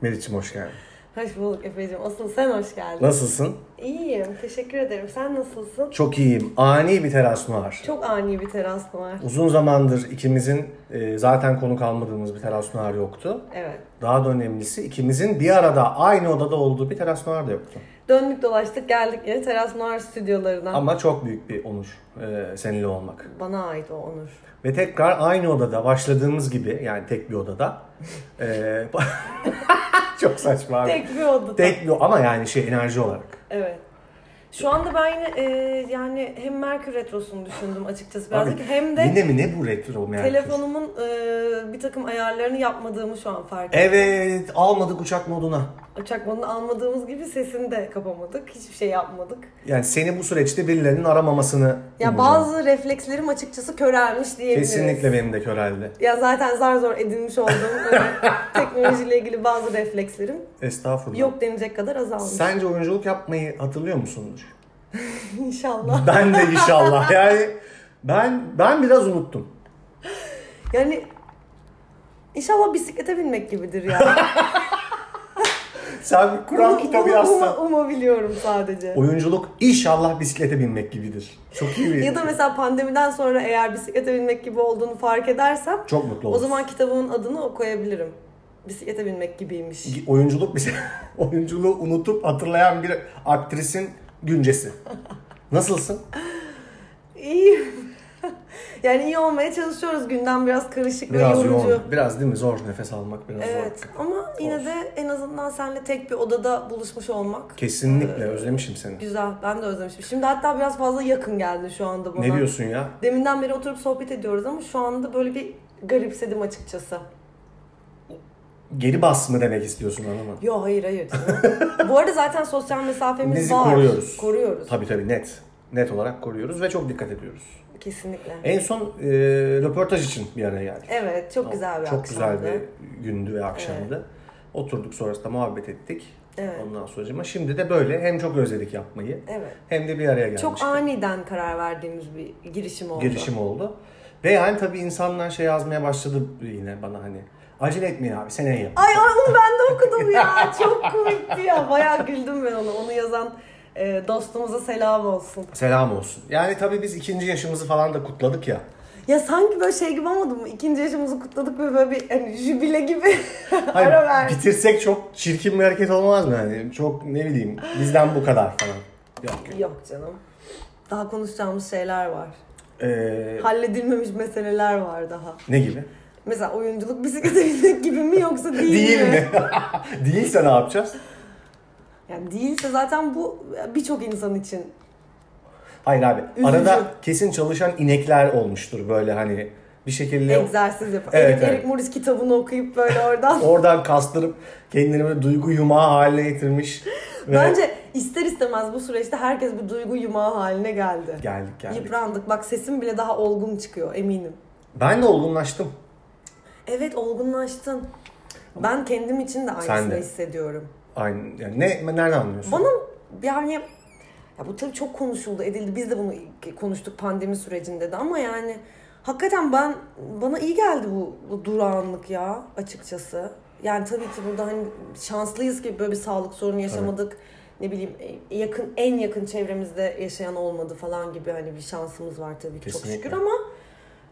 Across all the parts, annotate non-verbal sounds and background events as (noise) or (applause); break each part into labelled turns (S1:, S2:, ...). S1: Meriç'im hoş geldin.
S2: Hoş bulduk Efe'cim. Asıl sen hoş geldin.
S1: Nasılsın?
S2: İyiyim. Teşekkür ederim. Sen nasılsın?
S1: Çok iyiyim. Ani bir teras var.
S2: Çok ani bir teras var.
S1: Uzun zamandır ikimizin e, zaten konuk almadığımız bir teras noir yoktu.
S2: Evet.
S1: Daha da önemlisi ikimizin bir arada aynı odada olduğu bir teras noir da yoktu.
S2: Döndük dolaştık geldik yine Teras Noir stüdyolarına.
S1: Ama çok büyük bir onur e, seninle olmak.
S2: Bana ait o onur.
S1: Ve tekrar aynı odada başladığımız gibi yani tek bir odada. e, (laughs) çok saçma abi.
S2: Tek bir odada.
S1: Tek bir ama yani şey enerji olarak.
S2: Evet. Şu anda ben yine e, yani hem Merkür Retrosu'nu düşündüm açıkçası birazcık
S1: Abi,
S2: hem de
S1: Yine mi ne bu retro merak ediyorum.
S2: telefonumun e, bir takım ayarlarını yapmadığımı şu an fark
S1: E-
S2: ettim.
S1: Evet almadık uçak moduna.
S2: Uçak modunu almadığımız gibi sesini de kapamadık. Hiçbir şey yapmadık.
S1: Yani seni bu süreçte birilerinin aramamasını
S2: Ya
S1: umacağım.
S2: bazı reflekslerim açıkçası körelmiş diyebiliriz.
S1: Kesinlikle benim de köreldi.
S2: Ya zaten zar zor
S1: (laughs)
S2: edinmiş olduğum böyle teknolojiyle ilgili bazı reflekslerim
S1: Estağfurullah.
S2: yok denecek kadar azalmış.
S1: Sence oyunculuk yapmayı hatırlıyor musundur?
S2: İnşallah.
S1: Ben de inşallah. (laughs) yani ben ben biraz unuttum.
S2: Yani inşallah bisiklete binmek gibidir
S1: (laughs)
S2: ya.
S1: Sen Kur'an
S2: Bunu-
S1: kitabı
S2: bunu uma-
S1: yazsan.
S2: umabiliyorum sadece.
S1: Oyunculuk inşallah bisiklete binmek gibidir. Çok iyi bir.
S2: Ya da mesela pandemiden sonra eğer bisiklete binmek gibi olduğunu fark edersem
S1: Çok mutlu
S2: o
S1: oluruz.
S2: zaman kitabımın adını o koyabilirim. Bisiklete binmek gibiymiş.
S1: oyunculuk bize (laughs) oyunculuğu unutup hatırlayan bir aktrisin güncesi. Nasılsın?
S2: İyi. (laughs) yani iyi olmaya çalışıyoruz. Gündem biraz karışık
S1: Biraz
S2: ve yorucu.
S1: yoğun. Biraz değil mi? Zor nefes almak biraz
S2: Evet
S1: zor.
S2: ama yine
S1: Olsun.
S2: de en azından seninle tek bir odada buluşmuş olmak
S1: Kesinlikle özlemişim seni.
S2: güzel. Ben de özlemişim. Şimdi hatta biraz fazla yakın geldi şu anda bana.
S1: Ne diyorsun ya?
S2: Deminden beri oturup sohbet ediyoruz ama şu anda böyle bir garipsedim açıkçası.
S1: Geri bas mı demek istiyorsun anlama?
S2: Yo hayır hayır.
S1: (laughs)
S2: canım. Bu arada zaten sosyal mesafemiz
S1: Bizi
S2: var.
S1: koruyoruz.
S2: Koruyoruz.
S1: Tabii tabii net. Net olarak koruyoruz ve çok dikkat ediyoruz.
S2: Kesinlikle.
S1: En son e, röportaj için bir araya geldik.
S2: Evet çok güzel bir
S1: Çok
S2: akşamdı.
S1: güzel bir gündü ve akşamdı. Oturduk sonrasında muhabbet ettik.
S2: Evet.
S1: Ondan sonra şimdi de böyle hem çok özledik yapmayı
S2: Evet.
S1: hem de bir araya geldik.
S2: Çok aniden karar verdiğimiz bir girişim oldu.
S1: girişim oldu. Ve yani tabii insanlar şey yazmaya başladı yine bana hani acele etmeyin abi seneye yap.
S2: Ay ay onu ben de okudum ya. Çok komikti ya. Bayağı güldüm ben ona. Onu yazan e, dostumuza selam olsun.
S1: Selam olsun. Yani tabii biz ikinci yaşımızı falan da kutladık ya.
S2: Ya sanki böyle şey gibi olmadı mı? İkinci yaşımızı kutladık ve böyle bir hani jübile gibi (laughs)
S1: Hayır,
S2: ara verdik.
S1: bitirsek çok çirkin bir hareket olmaz mı? Yani çok ne bileyim bizden bu kadar falan. Yok.
S2: Yok canım. Daha konuşacağımız şeyler var.
S1: Ee,
S2: Halledilmemiş meseleler var daha.
S1: ne gibi?
S2: Mesela oyunculuk bisiklete (laughs) binmek gibi mi yoksa değil,
S1: Değil
S2: (laughs)
S1: mi? Değilse ne yapacağız?
S2: Yani değilse zaten bu birçok insan için.
S1: Hayır abi.
S2: Üzücü.
S1: Arada kesin çalışan inekler olmuştur böyle hani bir şekilde
S2: Egzersiz yapar.
S1: Evet,
S2: Eric,
S1: evet.
S2: Eric Morris kitabını okuyup böyle
S1: (laughs)
S2: oradan
S1: oradan kastırıp kendini böyle duygu yumağı haline getirmiş. ve
S2: (laughs) Bence ister istemez bu süreçte herkes bir duygu yumağı haline geldi.
S1: geldik geldik.
S2: Yıprandık. Bak sesim bile daha olgun çıkıyor eminim.
S1: Ben de olgunlaştım.
S2: Evet olgunlaştın. Ben kendim için de aynısını
S1: Sen de.
S2: hissediyorum.
S1: Aynı yani ne nereden anlıyorsun?
S2: Bana yani ya bu tabii çok konuşuldu edildi. Biz de bunu konuştuk pandemi sürecinde de ama yani hakikaten ben bana iyi geldi bu, bu durağanlık ya açıkçası. Yani tabii ki burada hani şanslıyız ki böyle bir sağlık sorunu yaşamadık. Ne bileyim e, yakın en yakın çevremizde yaşayan olmadı falan gibi hani bir şansımız var tabii ki çok
S1: Kesinlikle.
S2: şükür ama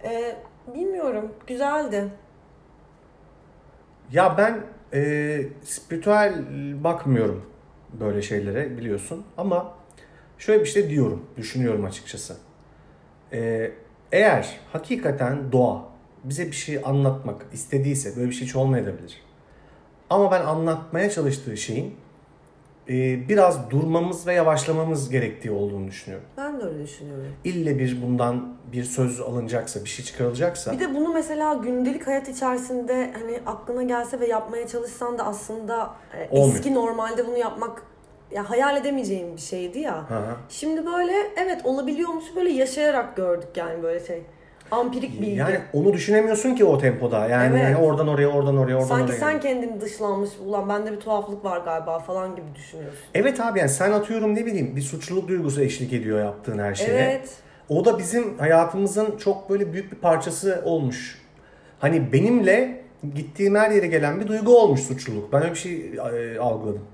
S2: e, bilmiyorum güzeldi.
S1: Ya ben e, spiritüel bakmıyorum böyle şeylere biliyorsun ama şöyle bir şey diyorum, düşünüyorum açıkçası. E, eğer hakikaten doğa bize bir şey anlatmak istediyse böyle bir şey hiç olmayabilir. Ama ben anlatmaya çalıştığı şeyin e, biraz durmamız ve yavaşlamamız gerektiği olduğunu düşünüyorum.
S2: Ben de öyle düşünüyorum.
S1: İlle bir bundan bir söz alınacaksa, bir şey çıkarılacaksa
S2: Bir de bunu mesela gündelik hayat içerisinde hani aklına gelse ve yapmaya çalışsan da aslında e,
S1: Olmuyor.
S2: eski normalde bunu yapmak ya hayal edemeyeceğim bir şeydi ya.
S1: Hı hı.
S2: Şimdi böyle evet olabiliyormuş böyle yaşayarak gördük yani böyle şey. Ampirik bilgi.
S1: Yani onu düşünemiyorsun ki o tempoda. Yani
S2: Evet.
S1: hani oradan oraya, oradan oraya, oradan
S2: Sanki
S1: oraya.
S2: sen kendini dışlanmış, ulan bende bir tuhaflık var galiba falan gibi düşünüyorsun.
S1: Evet abi yani sen atıyorum ne bileyim bir suçluluk duygusu eşlik ediyor yaptığın her şeye.
S2: Evet.
S1: O da bizim hayatımızın çok böyle büyük bir parçası olmuş. Hani benimle gittiğim her yere gelen bir duygu olmuş suçluluk. Ben öyle bir şey e, algıladım.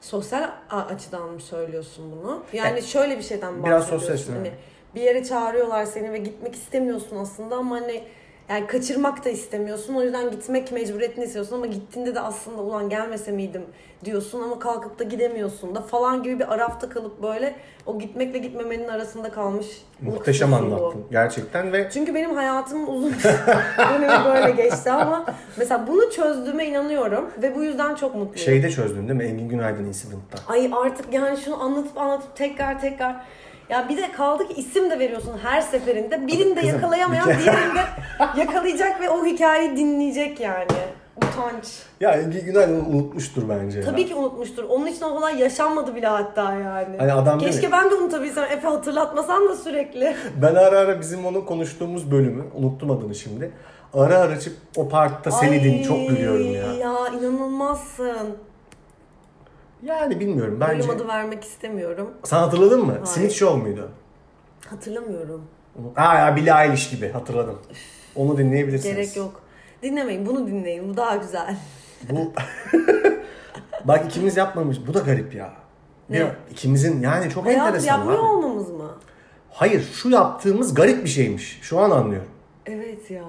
S2: Sosyal a- açıdan mı söylüyorsun bunu? Yani şöyle bir şeyden
S1: E, biraz
S2: bahsediyorsun.
S1: sosyal açıdan.
S2: Hani bir yere çağırıyorlar seni ve gitmek istemiyorsun aslında ama hani yani kaçırmak da istemiyorsun. O yüzden gitmek mecburiyetini istiyorsun ama gittiğinde de aslında ulan gelmese miydim diyorsun ama kalkıp da gidemiyorsun da falan gibi bir arafta kalıp böyle o gitmekle gitmemenin arasında kalmış.
S1: Muhteşem
S2: mutsuzluğu.
S1: anlattın gerçekten ve
S2: Çünkü benim hayatım uzun (laughs) dönemi böyle geçti ama mesela bunu çözdüğüme inanıyorum ve bu yüzden çok mutluyum.
S1: şeyde çözdün değil mi? Engin Günaydın incident'ta.
S2: Ay artık yani şunu anlatıp anlatıp tekrar tekrar. Ya bir de kaldı ki isim de veriyorsun her seferinde. Birinde
S1: Kızım,
S2: yakalayamayan
S1: bir ke-
S2: diğerinde yakalayacak ve o hikayeyi dinleyecek yani. Utanç.
S1: Ya Engin Günaydın unutmuştur bence. ya.
S2: Tabii ki unutmuştur. Onun için o olay yaşanmadı bile hatta yani.
S1: Hani adam değil
S2: Keşke
S1: mi?
S2: ben de unutabilsem. Efe hatırlatmasan da sürekli.
S1: Ben ara ara bizim onu konuştuğumuz bölümü unuttum adını şimdi. Ara ara açıp o parkta seni
S2: Ay,
S1: din çok gülüyorum ya.
S2: Ya inanılmazsın.
S1: Yani bilmiyorum
S2: Bölüm
S1: bence.
S2: adı vermek istemiyorum.
S1: Sen hatırladın mı? Simit Show muydu?
S2: Hatırlamıyorum.
S1: Aa ya Billie Eilish gibi hatırladım. Onu dinleyebilirsiniz.
S2: Gerek yok. Dinlemeyin bunu dinleyin. Bu daha güzel.
S1: Bu (laughs) Bak ikimiz yapmamış. Bu da garip ya.
S2: Ne?
S1: Ya, ikimizin yani çok
S2: Beyaz
S1: enteresan.
S2: yapmıyor
S1: abi.
S2: olmamız mı?
S1: Hayır şu yaptığımız garip bir şeymiş. Şu an anlıyorum.
S2: Evet ya.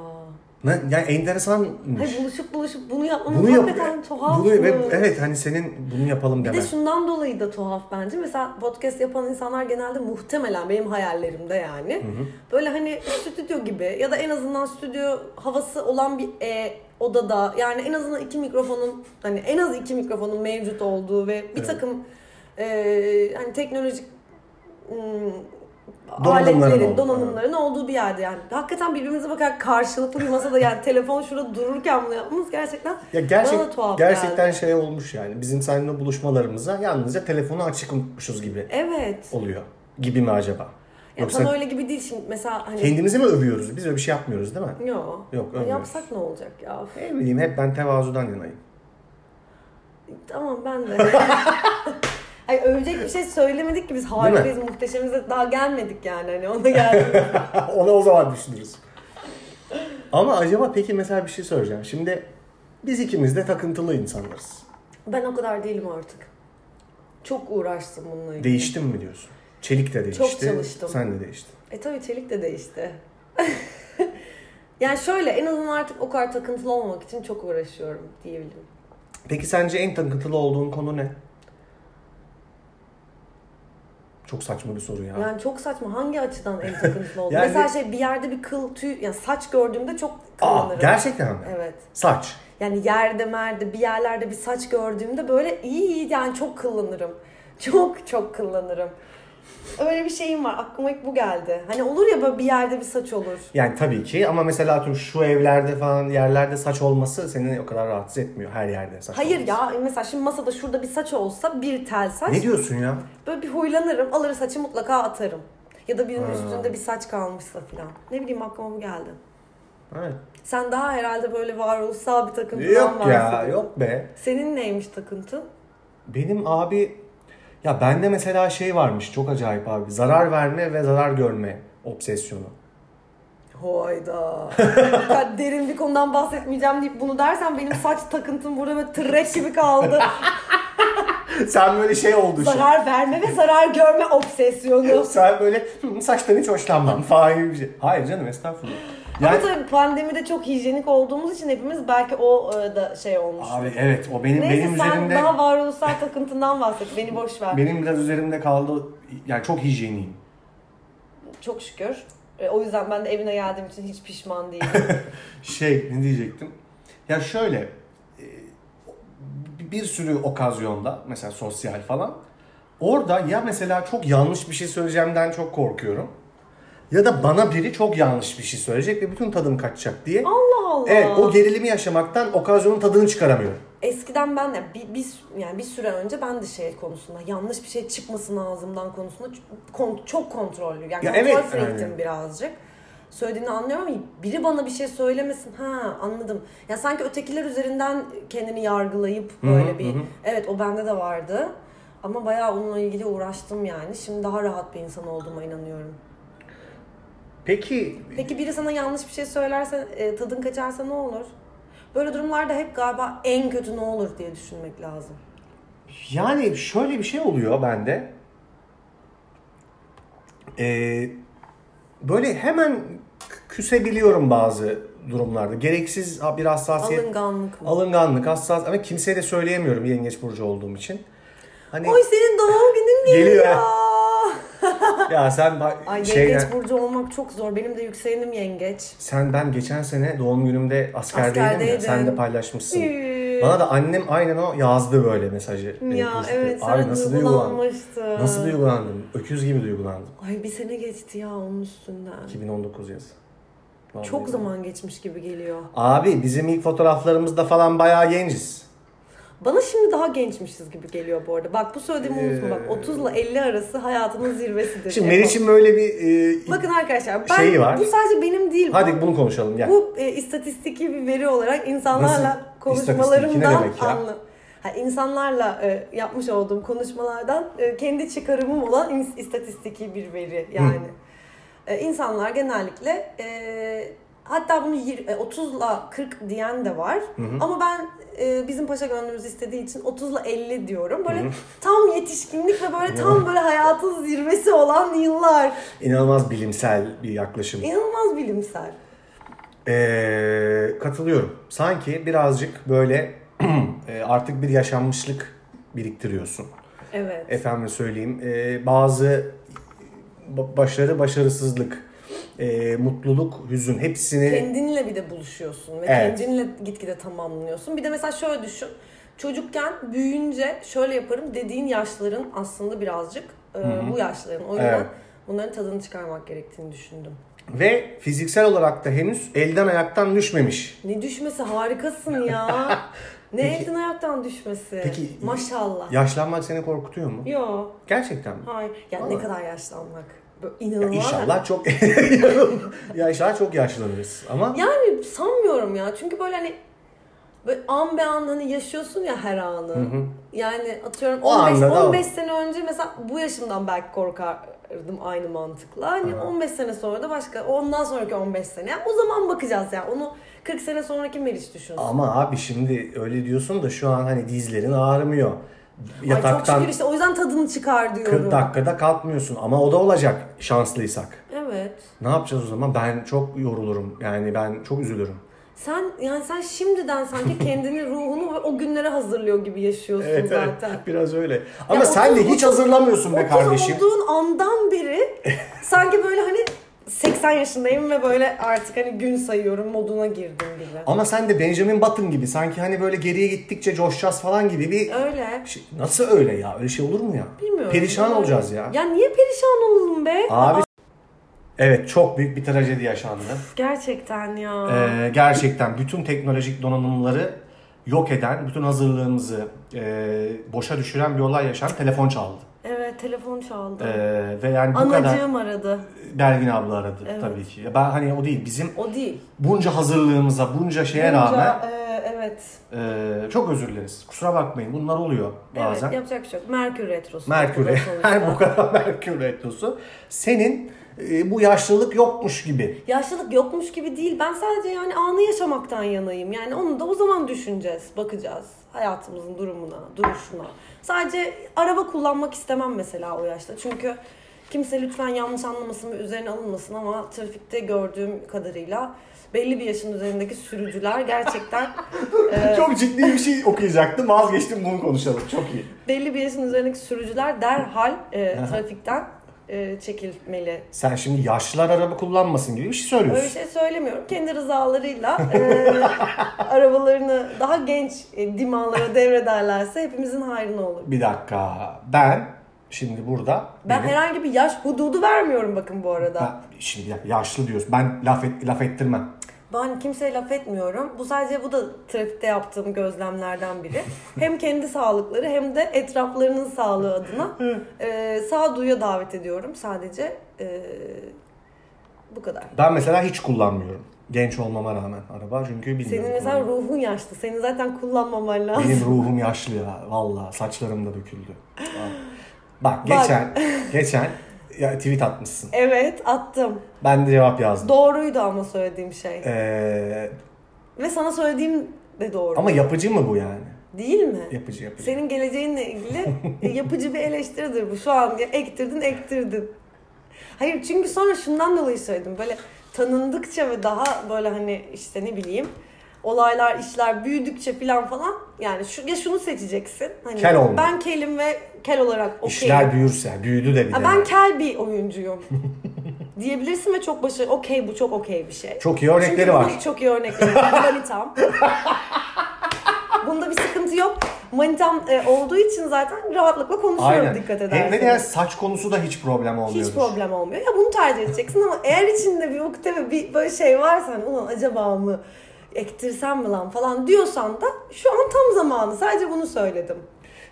S1: Ne- Yani enteresanmış.
S2: Hayır buluşup buluşup bunu yapmamız
S1: bunu yap e,
S2: hakikaten tuhaf.
S1: bunu ve
S2: mı?
S1: evet hani senin bunu yapalım
S2: Bir
S1: deme.
S2: de şundan dolayı da tuhaf bence. Mesela podcast yapan insanlar genelde muhtemelen benim hayallerimde yani. Böyle hani stüdyo gibi ya da en azından stüdyo havası olan bir e, odada yani en azından iki mikrofonun hani en az iki mikrofonun mevcut olduğu ve bir takım e, hani teknolojik ım,
S1: Donanımların
S2: aletlerin,
S1: olduğu,
S2: donanımların olduğu bir yerde yani. Hakikaten birbirimize bakarak karşılıklı bir
S1: (laughs)
S2: masada yani telefon şurada dururken bunu yapmamız gerçekten
S1: Ya gerçek,
S2: bana da tuhaf
S1: gerçekten
S2: geldi.
S1: şey olmuş yani. Bizim seninle buluşmalarımıza yalnızca telefonu açık unutmuşuz gibi
S2: Evet.
S1: oluyor. Gibi mi acaba?
S2: Ya
S1: Yoksa
S2: bana öyle gibi değil şimdi mesela hani
S1: kendimizi mi övüyoruz? Biz öyle bir şey yapmıyoruz değil mi?
S2: Yo.
S1: Yok,
S2: Ya
S1: öyle.
S2: Yapsak ne olacak ya?
S1: Ne bileyim hep ben tevazudan yanayım. (laughs)
S2: Tamam ben de. (laughs) Ay övecek bir şey söylemedik ki biz harikayız, muhteşemiz de daha gelmedik yani hani
S1: (laughs)
S2: ona geldik.
S1: Ona o zaman düşünürüz. Ama acaba peki mesela bir şey söyleyeceğim. Şimdi biz ikimiz de takıntılı insanlarız.
S2: ben o kadar değilim artık. Çok uğraştım bununla ilgili.
S1: Değiştin mi diyorsun? Çelik de değişti.
S2: çalıştım.
S1: Sen de değiştin.
S2: E tabii çelik de değişti. (laughs) yani şöyle en azından artık o kadar takıntılı olmamak için çok uğraşıyorum diyebilirim.
S1: Peki sence en takıntılı olduğun konu ne? Çok saçma bir soru ya.
S2: Yani çok saçma hangi açıdan en takıntılı
S1: (laughs)
S2: oldum?
S1: Yani-
S2: Mesela şey bir yerde bir kıl tüy yani saç gördüğümde çok
S1: Aa,
S2: kıllanırım.
S1: Ah, gerçekten mi?
S2: Evet.
S1: Saç.
S2: Yani yerde merde bir yerlerde bir saç gördüğümde böyle iyi iyi yani çok kullanırım. (laughs) Çok çok kullanırım. Öyle bir şeyim var. Aklıma ilk bu geldi. Hani olur ya böyle bir yerde bir saç olur.
S1: Yani tabii ki ama mesela atıyorum şu evlerde falan yerlerde saç olması seni o kadar rahatsız etmiyor her yerde saç
S2: Hayır
S1: olması.
S2: ya mesela şimdi masada şurada bir saç olsa bir tel saç.
S1: Ne diyorsun ya?
S2: Böyle bir huylanırım. Alır saçı mutlaka atarım. Ya da birinin üstünde bir saç kalmışsa falan. Ne bileyim aklıma bu geldi.
S1: Evet.
S2: Sen daha herhalde böyle varoluşsal bir takıntıdan
S1: Yok ya
S2: bahsediyorsun.
S1: yok be.
S2: Senin neymiş takıntın?
S1: Benim abi ya bende mesela şey varmış çok acayip abi. Zarar verme ve zarar görme obsesyonu. (laughs)
S2: Hayda. Bu kadar derin bir konudan bahsetmeyeceğim deyip bunu dersen benim saç takıntım burada böyle tırrek
S1: (laughs)
S2: gibi kaldı.
S1: Sen böyle şey oldu şu.
S2: zarar verme ve zarar görme obsesyonu.
S1: Sen böyle "Hı, saçtan hiç hoşlanmam falan gibi bir şey. Hayır canım estağfurullah.
S2: Ama
S1: Yani,
S2: tabii pandemide çok hijyenik olduğumuz için hepimiz belki o e, da şey olmuş.
S1: abi evet o benim
S2: Neyse
S1: benim
S2: sen
S1: üzerimde
S2: daha varoluşsal takıntından bahset. Beni boş ver.
S1: benim biraz üzerimde kaldı. Yani çok hijyeniyim.
S2: Çok şükür. E, o yüzden ben de evine geldiğim için hiç pişman değilim. (laughs)
S1: Şey ne diyecektim? Ya şöyle e, bir sürü okazyonda mesela sosyal falan orada ya mesela çok yanlış bir şey söyleyeceğimden çok korkuyorum. Ya da bana biri çok yanlış bir şey söyleyecek ve bütün tadım kaçacak diye.
S2: Allah Allah.
S1: Evet o gerilimi yaşamaktan okazyonun tadını çıkaramıyorum.
S2: Eskiden ben de bir, bir yani bir süre önce ben de şey konusunda yanlış bir şey çıkmasın ağzımdan konusunda ç- kon- çok kontrollü. Yani
S1: Ya
S2: kontrol
S1: evet,
S2: freak'tim
S1: yani.
S2: birazcık. Söylediğini anlıyorum ama biri bana bir şey söylemesin. Ha anladım. Ya sanki ötekiler üzerinden kendini yargılayıp böyle bir evet o bende de vardı. Ama bayağı onunla ilgili uğraştım yani. Şimdi daha rahat bir insan olduğuma inanıyorum.
S1: Peki
S2: Peki biri sana yanlış bir şey söylerse e, tadın kaçarsa ne olur? Böyle durumlarda hep galiba en kötü ne olur diye düşünmek lazım.
S1: Yani şöyle bir şey oluyor bende. Ee, böyle hemen k- küsebiliyorum bazı durumlarda. Gereksiz bir hassasiyet.
S2: Alınganlık mı?
S1: Alınganlık, hassas ama kimseye de söyleyemiyorum yengeç burcu olduğum için. Hani
S2: Oy senin doğum günün geliyor.
S1: Geliyor. ya sen şey bak
S2: Ay
S1: şeyden-
S2: yengeç burcu olmak çok zor. Benim de yükseğenim yengeç.
S1: sen ben geçen sene doğum günümde askerdeydim, ya.
S2: Askerdeydin.
S1: Sen de paylaşmışsın.
S2: Üü.
S1: Bana da annem aynen o yazdı böyle mesajı.
S2: ya
S1: Burcu'da.
S2: evet
S1: Abi
S2: sana
S1: nasıl duygulandım?
S2: duygulanmıştım.
S1: Nasıl duygulandım? Öküz gibi duygulandım.
S2: Ay bir sene geçti ya onun üstünden.
S1: 2019 yazı. Vallahi
S2: Çok
S1: billahi.
S2: zaman geçmiş gibi geliyor.
S1: Abi bizim ilk fotoğraflarımızda falan bayağı genciz.
S2: Bana şimdi daha gençmişiz gibi geliyor bu arada. Bak bu söylediğimi unutma bak. 30 ile 50 arası hayatının zirvesidir.
S1: Ee, Şimdi
S2: Yapalım.
S1: Meriç'in böyle bir... e,
S2: Bakın arkadaşlar ben
S1: Şeyi var.
S2: bu sadece benim değil.
S1: Hadi bunu konuşalım gel.
S2: Bu e, istatistiki bir veri olarak insanlarla
S1: Nasıl?
S2: konuşmalarımdan
S1: İstatistik ne demek ya?
S2: anlı. Ha, insanlarla e, yapmış olduğum konuşmalardan e, kendi çıkarımım olan in- istatistiki bir veri yani. E, insanlar genellikle e, hatta bunu 20, 30 la 40 diyen de var. Ama ben e, bizim paşa gönlümüz istediği için 30 la 50 diyorum. Böyle tam yetişkinlik ve böyle tam böyle hayatın zirvesi olan yıllar.
S1: İnanılmaz bilimsel bir yaklaşım.
S2: İnanılmaz bilimsel.
S1: Ee, katılıyorum. Sanki birazcık böyle (clears throat) e, artık bir yaşanmışlık biriktiriyorsun.
S2: Evet.
S1: Efendim söyleyeyim. e, bazı ba- başarı, başarısızlık, e, mutluluk, hüzün hepsini
S2: kendinle bir de buluşuyorsun ve
S1: E, Evet.
S2: kendinle gitgide tamamlıyorsun. Bir de mesela şöyle düşün. Çocukken büyüyünce şöyle yaparım dediğin yaşların aslında birazcık e, bu yaşların. O yüzden
S1: Evet.
S2: bunların tadını çıkarmak gerektiğini düşündüm.
S1: ve fiziksel olarak da henüz elden ayaktan düşmemiş.
S2: Ne düşmesi harikasın ya.
S1: (laughs)
S2: ne
S1: Peki-
S2: elden ayaktan düşmesi.
S1: Peki-
S2: Maşallah.
S1: Yaşlanmak seni korkutuyor mu?
S2: Yo.
S1: Gerçekten mi?
S2: Hayır. Ya
S1: Vallahi.
S2: ne kadar yaşlanmak. Böyle
S1: Ya
S2: inanılmaz.
S1: inşallah çok (laughs) ya inşallah çok yaşlanırız ama
S2: Yani sanmıyorum ya. Çünkü böyle hani böyle an be an hani yaşıyorsun ya her anı. Yani atıyorum
S1: O
S2: 15,
S1: anda da o.
S2: 15 sene önce mesela bu yaşımdan belki korkardım aynı mantıkla. Hani 15 sene sonra da başka. Ondan sonraki 15 sene. Yani o zaman bakacağız ya. Onu 40 sene sonraki Meriç düşünsün.
S1: ama abi şimdi öyle diyorsun da şu an hani dizlerin ağrımıyor.
S2: Ay çok
S1: Yataktan
S2: şükür işte o yüzden tadını çıkar diyorum.
S1: 40 dakikada kalkmıyorsun ama o da olacak şanslıysak.
S2: Evet.
S1: Ne yapacağız o zaman? Ben çok yorulurum. Yani ben çok üzülürüm.
S2: Sen yani sen şimdiden sanki kendini (laughs) ruhunu ve o günlere hazırlıyor gibi yaşıyorsun zaten.
S1: biraz öyle. Ama
S2: Ya
S1: sen de
S2: otuz-
S1: hiç hazırlamıyorsun be
S2: Kız
S1: kardeşim.
S2: olduğun andan beri sanki böyle hani 80 yaşındayım ve böyle artık hani gün sayıyorum moduna girdim gibi.
S1: Ama sen de Benjamin Button gibi sanki hani böyle geriye gittikçe coşacağız falan gibi bir
S2: Öyle.
S1: Şey- Nasıl öyle ya? Öyle şey olur mu ya?
S2: Bilmiyorum.
S1: Perişan
S2: Öyle.
S1: olacağız ya.
S2: Ya niye perişan olalım be?
S1: Abi Evet çok büyük bir trajedi yaşandı.
S2: Gerçekten ya.
S1: Ee, gerçekten bütün teknolojik donanımları yok eden, bütün hazırlığımızı e, boşa düşüren bir olay yaşandı. Telefon çaldı.
S2: Evet telefon çaldı.
S1: Ee, ve yani bu kadar
S2: Anacığım aradı.
S1: Belgin abla aradı
S2: Evet.
S1: tabii ki. Ya Ben hani o değil bizim
S2: O değil.
S1: bunca hazırlığımıza, bunca şeye
S2: Bunca,
S1: rağmen
S2: e, evet.
S1: e, çok özür dileriz. Kusura bakmayın bunlar oluyor bazen.
S2: Evet yapacak bir şey yok. Merkür retrosu.
S1: Merkür,
S2: Sonuçta.
S1: (laughs) her bu kadar Merkür retrosu. Senin e, bu yaşlılık yokmuş gibi.
S2: Yaşlılık yokmuş gibi değil. Ben sadece yani anı yaşamaktan yanayım. Yani onu da o zaman düşüneceğiz, bakacağız hayatımızın durumuna, duruşuna. Sadece araba kullanmak istemem mesela o yaşta. Çünkü kimse lütfen yanlış anlamasın ve üzerine alınmasın ama trafikte gördüğüm kadarıyla belli bir yaşın üzerindeki sürücüler gerçekten
S1: Çok ciddi bir şey okuyacaktım. Vazgeçtim bunu konuşalım. Çok iyi.
S2: belli bir yaşın üzerindeki sürücüler derhal e, trafikten e, çekilmeli
S1: Sen şimdi yaşlılar araba kullanmasın gibi bir şey söylüyorsun.
S2: Öyle şey söylemiyorum. Kendi rızalarıyla
S1: (laughs)
S2: e, arabalarını daha genç e, dimalara devrederlerse hepimizin hayrına olur.
S1: Bir dakika. Ben şimdi burada
S2: Ben
S1: benim-
S2: herhangi bir yaş hududu vermiyorum bakın bu arada.
S1: Ben- şimdi bir dakika, yaşlı diyorsun. Ben laf et, laf ettirmem.
S2: Ben kimseye laf etmiyorum. Bu sadece bu da trafikte yaptığım gözlemlerden biri. hem kendi sağlıkları hem de etraflarının sağlığı adına e, sağduyuya davet ediyorum sadece. E, bu kadar.
S1: Ben mesela hiç kullanmıyorum. Genç olmama rağmen araba çünkü bilmiyorum.
S2: Senin mesela ruhun yaşlı. Seni zaten kullanmaman lazım.
S1: Benim ruhum yaşlı ya valla saçlarım da
S2: (laughs)
S1: döküldü. Bak
S2: Bak.
S1: geçen geçen ya tweet atmışsın.
S2: Evet attım.
S1: Ben de cevap yazdım.
S2: Doğruydu ama söylediğim şey.
S1: Ee,
S2: Ve sana söylediğim de doğru.
S1: Ama yapıcı mı bu yani?
S2: Değil mi?
S1: Yapıcı yapıcı.
S2: Senin geleceğinle
S1: (laughs)
S2: ilgili yapıcı bir eleştiridir bu. Şu an ya ektirdin ektirdin. Hayır çünkü sonra şundan dolayı söyledim. Böyle tanındıkça ve daha böyle hani işte ne bileyim olaylar işler büyüdükçe filan falan yani şu, ya şunu seçeceksin. Hani
S1: Kel olma.
S2: ben kelim ve kel olarak okeyim.
S1: İşler büyürse, büyüdü de bir
S2: Ha,
S1: de.
S2: ben
S1: yani.
S2: kel
S1: (laughs)
S2: bir oyuncuyum. diyebilirsin ve çok başarılı. Okey bu çok okey bir şey.
S1: Çok iyi örnekleri
S2: Çünkü
S1: var.
S2: bunun Çok iyi örnekleri var. Manitam. Bunda bir sıkıntı yok. Manitam e, olduğu için zaten rahatlıkla konuşuyorum
S1: Aynen.
S2: dikkat
S1: Hem
S2: edersen.
S1: de yani saç konusu da hiç problem olmuyor.
S2: Hiç problem olmuyor. Ya bunu tercih edeceksin ama eğer içinde bir ukde ve bir böyle şey varsa hani ulan acaba mı ektirsem mi lan falan diyorsan da şu an tam zamanı. Sadece bunu söyledim.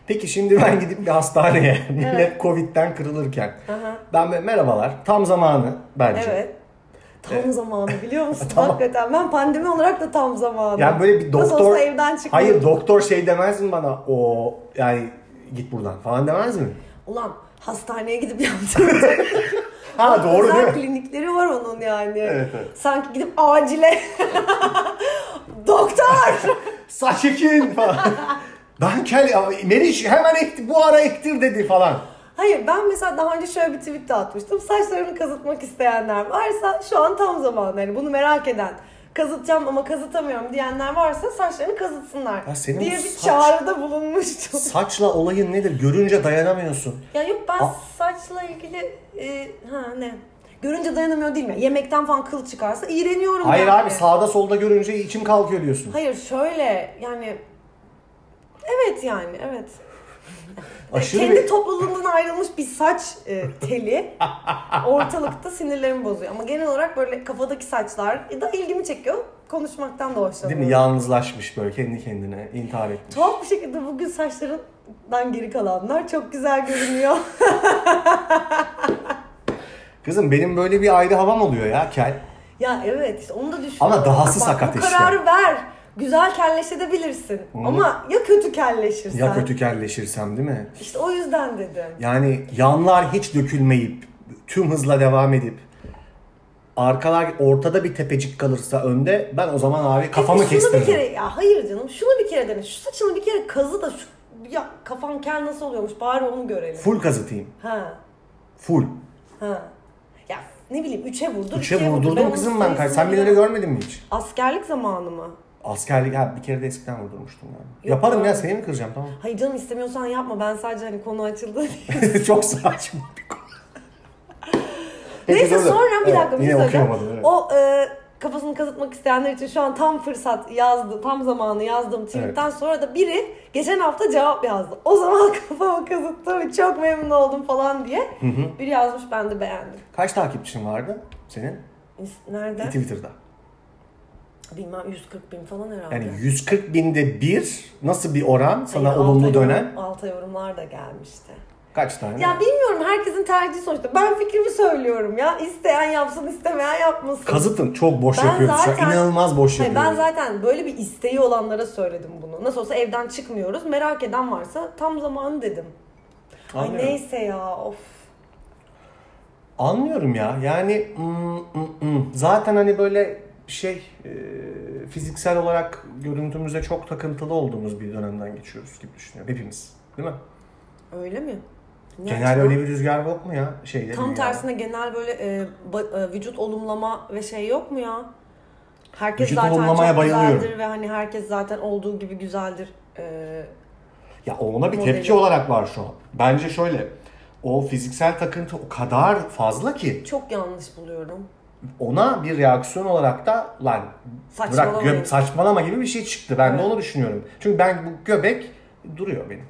S1: Peki şimdi
S2: (laughs)
S1: ben gidip bir hastaneye millet Covid'den kırılırken
S2: Aha.
S1: ben böyle, merhabalar tam zamanı bence.
S2: Evet. Tam zamanı
S1: (laughs)
S2: biliyor musun?
S1: Tamam.
S2: Hakikaten ben pandemi olarak da tam zamanı.
S1: Yani böyle bir doktor
S2: Nasıl olsa evden çıkmıyorum.
S1: Hayır doktor şey demez mi bana? O yani git buradan falan demez mi?
S2: Ulan hastaneye gidip (laughs) yaptıracak.
S1: Ha doğru
S2: Özel
S1: değil mi?
S2: klinikleri var onun yani.
S1: Evet, evet.
S2: Sanki gidip acile. (laughs) Doktor!
S1: Saç ekin falan. ben kel ama Meriç hemen ekti, bu ara ektir dedi falan.
S2: Hayır ben mesela daha önce şöyle bir tweet de atmıştım. Saçlarımı kazıtmak isteyenler varsa şu an tam zamanı. Yani bunu merak eden kazıtacağım ama kazıtamıyorum diyenler varsa saçlarını kazıtsınlar
S1: Ya senin bu
S2: diye bir
S1: saç-
S2: çağrıda bulunmuştum.
S1: Saçla olayın nedir? Görünce dayanamıyorsun.
S2: Ya yok ben
S1: Aa.
S2: saçla ilgili e, ha ne? Görünce dayanamıyor değil mi? Yemekten falan kıl çıkarsa iğreniyorum
S1: Hayır
S2: yani.
S1: abi sağda solda görünce içim kalkıyor diyorsun.
S2: Hayır şöyle yani evet yani evet.
S1: Aşırı
S2: Kendi
S1: bir...
S2: topluluğundan ayrılmış bir saç e,
S1: (laughs)
S2: teli ortalıkta sinirlerimi bozuyor. Ama genel olarak böyle kafadaki saçlar da ilgimi çekiyor. Konuşmaktan da
S1: Değil mi?
S2: hoşlanıyorum.
S1: Yalnızlaşmış böyle kendi kendine intihar etmiş.
S2: Tuhaf bir şekilde bugün saçlarından geri kalanlar çok güzel görünüyor. (laughs)
S1: Kızım benim böyle bir ayrı havam oluyor ya kel.
S2: Ya evet işte onu da düşün.
S1: Ama dahası
S2: Bak,
S1: sakat
S2: bu
S1: işte.
S2: kararı ver. Güzel kelleşebilirsin. Ama ya kötü kelleşirsen?
S1: Ya kötü kelleşirsem değil mi?
S2: İşte o yüzden dedim.
S1: Yani yanlar hiç dökülmeyip tüm hızla devam edip arkalar ortada bir tepecik kalırsa önde ben o zaman abi kafamı
S2: Peki Şunu bir
S1: kestiririm.
S2: kere ya hayır canım şunu bir kere dene. Şu saçını bir kere kazı da şu ya kafan kel nasıl oluyormuş bari onu görelim.
S1: Full kazıtayım.
S2: Ha
S1: Full.
S2: ha. Ya ne bileyim üçe vurdur.
S1: Üçe
S2: Ben
S1: vurdurdum
S2: onun
S1: kızım ben. kay-
S2: sayısını
S1: Sen beni öyle
S2: bilemem.
S1: görmedin mi hiç?
S2: Askerlik zamanı mı?
S1: Askerlik ha bir kere de eskiden vurdurmuştum yani. Yaparım
S2: abi.
S1: ya seni mi kıracağım tamam. (laughs)
S2: Hayır canım istemiyorsan yapma ben sadece hani konu açıldı diye.
S1: Çok saçma bir konu. Peki,
S2: Neyse
S1: dur dur.
S2: sonra bir
S1: Evet,
S2: dakika bir şey
S1: yine
S2: söyleyeceğim.
S1: okuyamadım, evet.
S2: O e, kafasını kazıtmak isteyenler için şu an tam fırsat yazdı, tam zamanı yazdım tweetten sonra da biri geçen hafta cevap yazdı. O zaman (laughs) kafamı kazıttım ve çok memnun oldum falan diye. Biri yazmış ben de beğendim.
S1: Kaç takipçin vardı senin?
S2: Nerede?
S1: Twitter'da.
S2: Bilmem 140 bin falan herhalde.
S1: Yani 140 binde bir nasıl bir oran sana
S2: Hayır,
S1: olumlu
S2: alta yorum-
S1: dönen
S2: Alta yorumlar da gelmişti.
S1: kaç tane?
S2: Ya bilmiyorum herkesin tercihi sonuçta. Ben fikrimi söylüyorum ya. İsteyen yapsın istemeyen yapmasın.
S1: Kazıtın çok boş
S2: Ben
S1: yapıyoruz şu an.
S2: zaten-
S1: İnanılmaz boş
S2: Hayır,
S1: yapıyoruz.
S2: ben zaten böyle bir isteği olanlara söyledim bunu. Nasıl olsa evden çıkmıyoruz. Merak eden varsa tam zamanı dedim. Ay
S1: Anlıyorum.
S2: neyse ya of.
S1: Anlıyorum ya. Yani mm, mm, mm. zaten hani böyle şey e, fiziksel olarak görüntümüze çok takıntılı olduğumuz bir dönemden geçiyoruz gibi düşünüyorum hepimiz. Değil mi?
S2: Öyle mi? Ne
S1: Genel
S2: açıdan?
S1: öyle bir rüzgar yok mu ya? Şey, Şeyde
S2: Tam
S1: dünyada?
S2: tersine genel böyle e, ba- e, vücut olumlama ve şey yok mu ya? Herkes
S1: Vücut
S2: zaten
S1: olumlamaya
S2: çok
S1: bayılıyorum.
S2: güzeldir ve hani herkes zaten olduğu gibi güzeldir. E,
S1: Ya ona bir
S2: Modeli.
S1: tepki olarak var şu an. Bence şöyle o fiziksel takıntı o kadar fazla ki
S2: çok yanlış buluyorum.
S1: ona bir reaksiyon olarak da lan bırak
S2: Saçmalamayın.
S1: gö- saçmalama gibi bir şey çıktı. Ben de
S2: Evet.
S1: onu düşünüyorum. Çünkü ben bu göbek duruyor benim.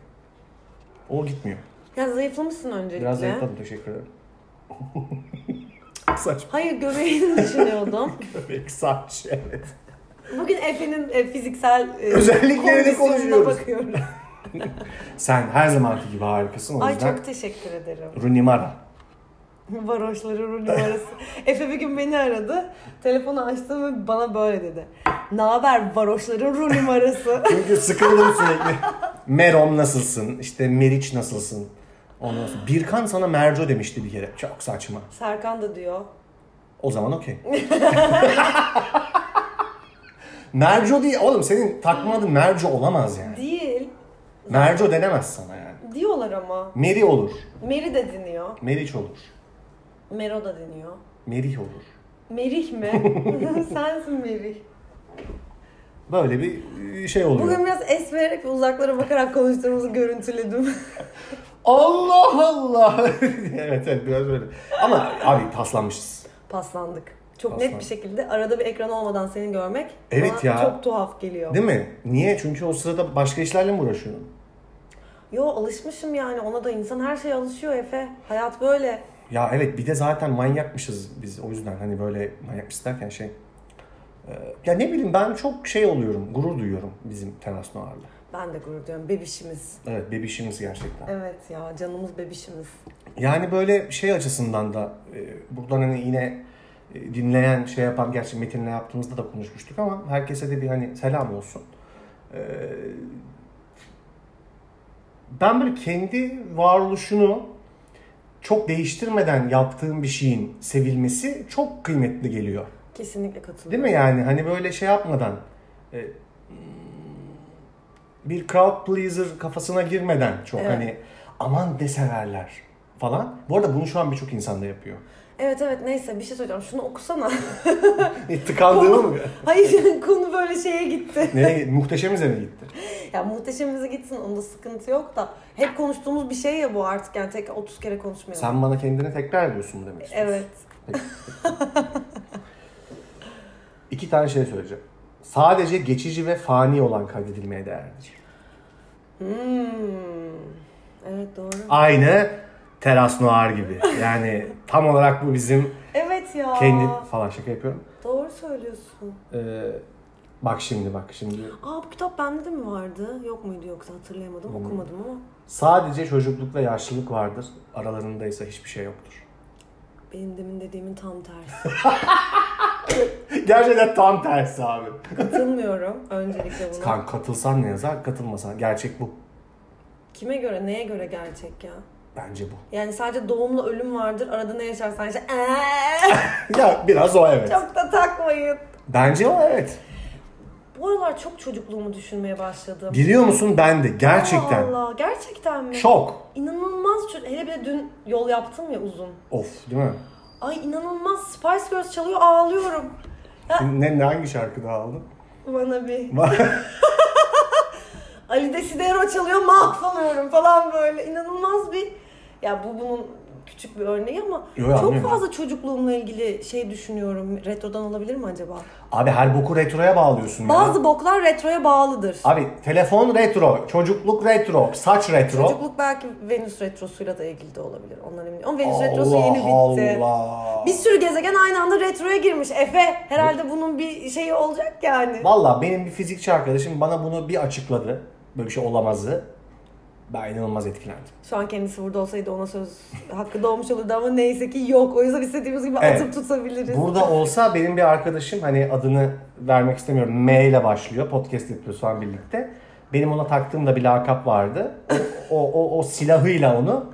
S1: O gitmiyor.
S2: Ya zayıflamışsın öncelikle.
S1: Biraz zayıfladım teşekkür ederim. (laughs) saç
S2: Hayır göbeğini (laughs) düşünüyordum.
S1: göbek saç evet.
S2: Bugün Efe'nin e, fiziksel e,
S1: Özelliklerini
S2: kondisyonuna
S1: konuşuyoruz.
S2: bakıyoruz.
S1: Sen her zamanki gibi harikasın o
S2: Ay
S1: yüzden.
S2: çok teşekkür ederim. (laughs)
S1: Runimara.
S2: Varoşları ruh numarası. Efe bir gün beni aradı. Telefonu açtım ve bana böyle dedi. Ne haber varoşların ruh numarası?
S1: Çünkü sıkıldım sürekli. Merom nasılsın? İşte Meriç nasılsın? Ondan sonra Birkan sana Merco demişti bir kere. Çok saçma.
S2: (laughs) Serkan da diyor.
S1: O zaman okey. Merco değil. Oğlum senin takma adın Merco olamaz yani.
S2: Değil.
S1: Merco denemez sana yani.
S2: Diyorlar ama.
S1: Meri olur.
S2: Meri de deniyor.
S1: Meriç olur.
S2: Mero da deniyor.
S1: Merih olur.
S2: Merih mi?
S1: (laughs)
S2: (laughs) Sensin Merih.
S1: Böyle bir e, şey oluyor.
S2: Bugün biraz es vererek ve uzaklara bakarak konuştuğumuzu görüntüledim. (laughs)
S1: Allah Allah. (laughs) evet evet biraz öyle. Ama abi paslanmışız.
S2: Paslandık. Çok net
S1: Paslandık.
S2: bir şekilde arada bir ekran olmadan seni görmek
S1: Evet
S2: bana
S1: ya.
S2: çok tuhaf geliyor.
S1: Değil mi? Niye? Çünkü o sırada başka işlerle mi uğraşıyorsun?
S2: Yo alışmışım yani ona da insan her şeye alışıyor Efe. Hayat böyle.
S1: Ya evet bir de zaten manyakmışız biz o yüzden hani böyle manyakmışız derken şey. e, Ya ne bileyim ben çok şey oluyorum, gurur duyuyorum bizim teras noir'la.
S2: Ben de gurur duyuyorum. Bebişimiz.
S1: Evet bebişimiz gerçekten.
S2: Evet ya canımız bebişimiz.
S1: Yani böyle şey açısından da e, buradan hani yine e, dinleyen şey yapan gerçi Metin'le yaptığımızda da konuşmuştuk ama herkese de bir hani selam olsun. E, ben böyle kendi varoluşunu çok değiştirmeden yaptığım bir şeyin sevilmesi çok kıymetli geliyor.
S2: Kesinlikle katılıyorum.
S1: Değil mi yani hani böyle şey yapmadan e, bir crowd pleaser kafasına girmeden çok
S2: Evet.
S1: hani aman ne severler falan. Bu arada bunu şu an birçok insan da
S2: (laughs)
S1: yapıyor.
S2: Evet evet neyse bir şey söyleyeceğim. Şunu okusana.
S1: E, Tıkandığımı mı?
S2: (laughs) Hayır konu böyle şeye gitti.
S1: (laughs) Nereye? Muhteşemize mi gitti?
S2: (laughs) Ya muhteşemimize gitsin onda sıkıntı yok da. Hep konuştuğumuz bir şey ya bu artık yani tek 30 kere konuşmayalım.
S1: Sen bana kendini tekrar ediyorsun demek istiyorsun.
S2: Evet.
S1: İki tane şey söyleyeceğim. Sadece geçici ve fani olan kaydedilmeye değerlidir.
S2: Hmm. Evet doğru.
S1: Aynı Teras Noir gibi. Yani tam olarak bu bizim
S2: Evet ya.
S1: kendi falan şaka yapıyorum.
S2: Doğru söylüyorsun.
S1: Ee, bak şimdi bak şimdi.
S2: Aa bu kitap bende de mi vardı? Yok muydu yoksa hatırlayamadım. Okumadım ama.
S1: Sadece çocukluk ve yaşlılık vardır. Aralarında ise hiçbir şey yoktur. (laughs)
S2: Benim demin dediğimin tam tersi. (laughs)
S1: Gerçekten tam tersi abi.
S2: Katılmıyorum öncelikle buna.
S1: Kan katılsan ne yazar, katılmasan. Gerçek bu.
S2: Kime göre, neye göre gerçek ya?
S1: Bence bu. (laughs)
S2: Yani sadece doğumla ölüm vardır. Arada ne yaşarsan işte "Eee!" (laughs)
S1: Ya biraz o evet.
S2: çok da takmayın.
S1: Bence o evet.
S2: Bu aralar çok çocukluğumu düşünmeye başladım.
S1: Biliyor musun ben de gerçekten.
S2: Allah Allah, gerçekten mi?
S1: Şok.
S2: İnanılmaz ço- Hele bir de dün yol yaptım ya uzun.
S1: Of değil mi?
S2: Ay inanılmaz Spice Girls çalıyor ağlıyorum.
S1: Ne, ne hangi şarkıda aldın? (laughs)
S2: Bana bir Ali Desidero çalıyor mahvoluyorum falan böyle. İnanılmaz bir ya bu bunun küçük bir örneği ama
S1: Yo,
S2: çok
S1: anlıyorum.
S2: fazla çocukluğumla ilgili şey düşünüyorum. Retrodan olabilir mi acaba?
S1: Abi her boku retroya bağlıyorsun ya.
S2: Bazı boklar retroya bağlıdır.
S1: Abi telefon retro, çocukluk retro, saç retro.
S2: Çocukluk belki Venüs retrosuyla da ilgili de olabilir. Onlar emin değil. Ama Venüs
S1: Allah
S2: retrosu yeni bitti.
S1: Allah.
S2: Bir sürü gezegen aynı anda retroya girmiş. Efe herhalde bunun bir şeyi olacak yani.
S1: Valla benim bir fizikçi arkadaşım bana bunu bir açıkladı. Böyle bir şey olamazdı. Ben inanılmaz etkilendim.
S2: Şu an kendisi burada olsaydı ona söz hakkı doğmuş olurdu ama neyse ki yok. O yüzden istediğimiz gibi
S1: Evet.
S2: atıp tutabiliriz.
S1: Burada olsa benim bir arkadaşım hani adını vermek istemiyorum. M ile başlıyor. Podcast yapıyoruz falan birlikte. Benim ona taktığım da bir lakap vardı. O, o, o silahıyla onu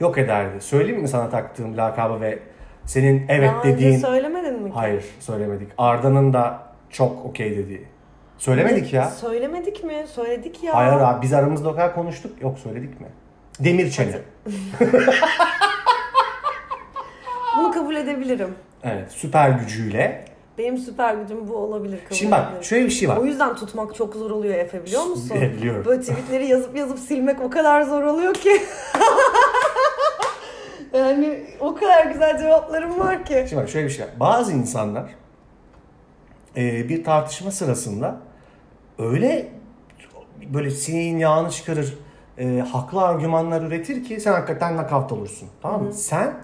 S1: yok ederdi. Söyleyeyim mi sana taktığım lakabı ve senin evet
S2: Daha
S1: dediğin...
S2: önce söylemedin mi ki?
S1: Hayır söylemedik. Arda'nın da çok okey dediği. Söylemedik ya.
S2: Söylemedik mi? Söyledik ya.
S1: Hayır abi biz aramızda o kadar konuştuk. Yok söyledik mi? Demir çene.
S2: Bunu kabul edebilirim.
S1: Evet, süper gücüyle.
S2: Benim süper gücüm bu olabilir. Kabul
S1: Şimdi bak
S2: edebilirim.
S1: şöyle bir şey var.
S2: O yüzden tutmak çok zor oluyor Efe biliyor musun?
S1: Evet, biliyorum.
S2: Böyle tweetleri yazıp yazıp silmek o kadar zor oluyor ki. (laughs) yani o kadar güzel cevaplarım var ki.
S1: Şimdi bak şöyle bir şey var. Bazı insanlar e, bir tartışma sırasında öyle böyle sineğin yağını çıkarır, e, haklı argümanlar üretir ki sen hakikaten nakavt olursun. Tamam mı? Sen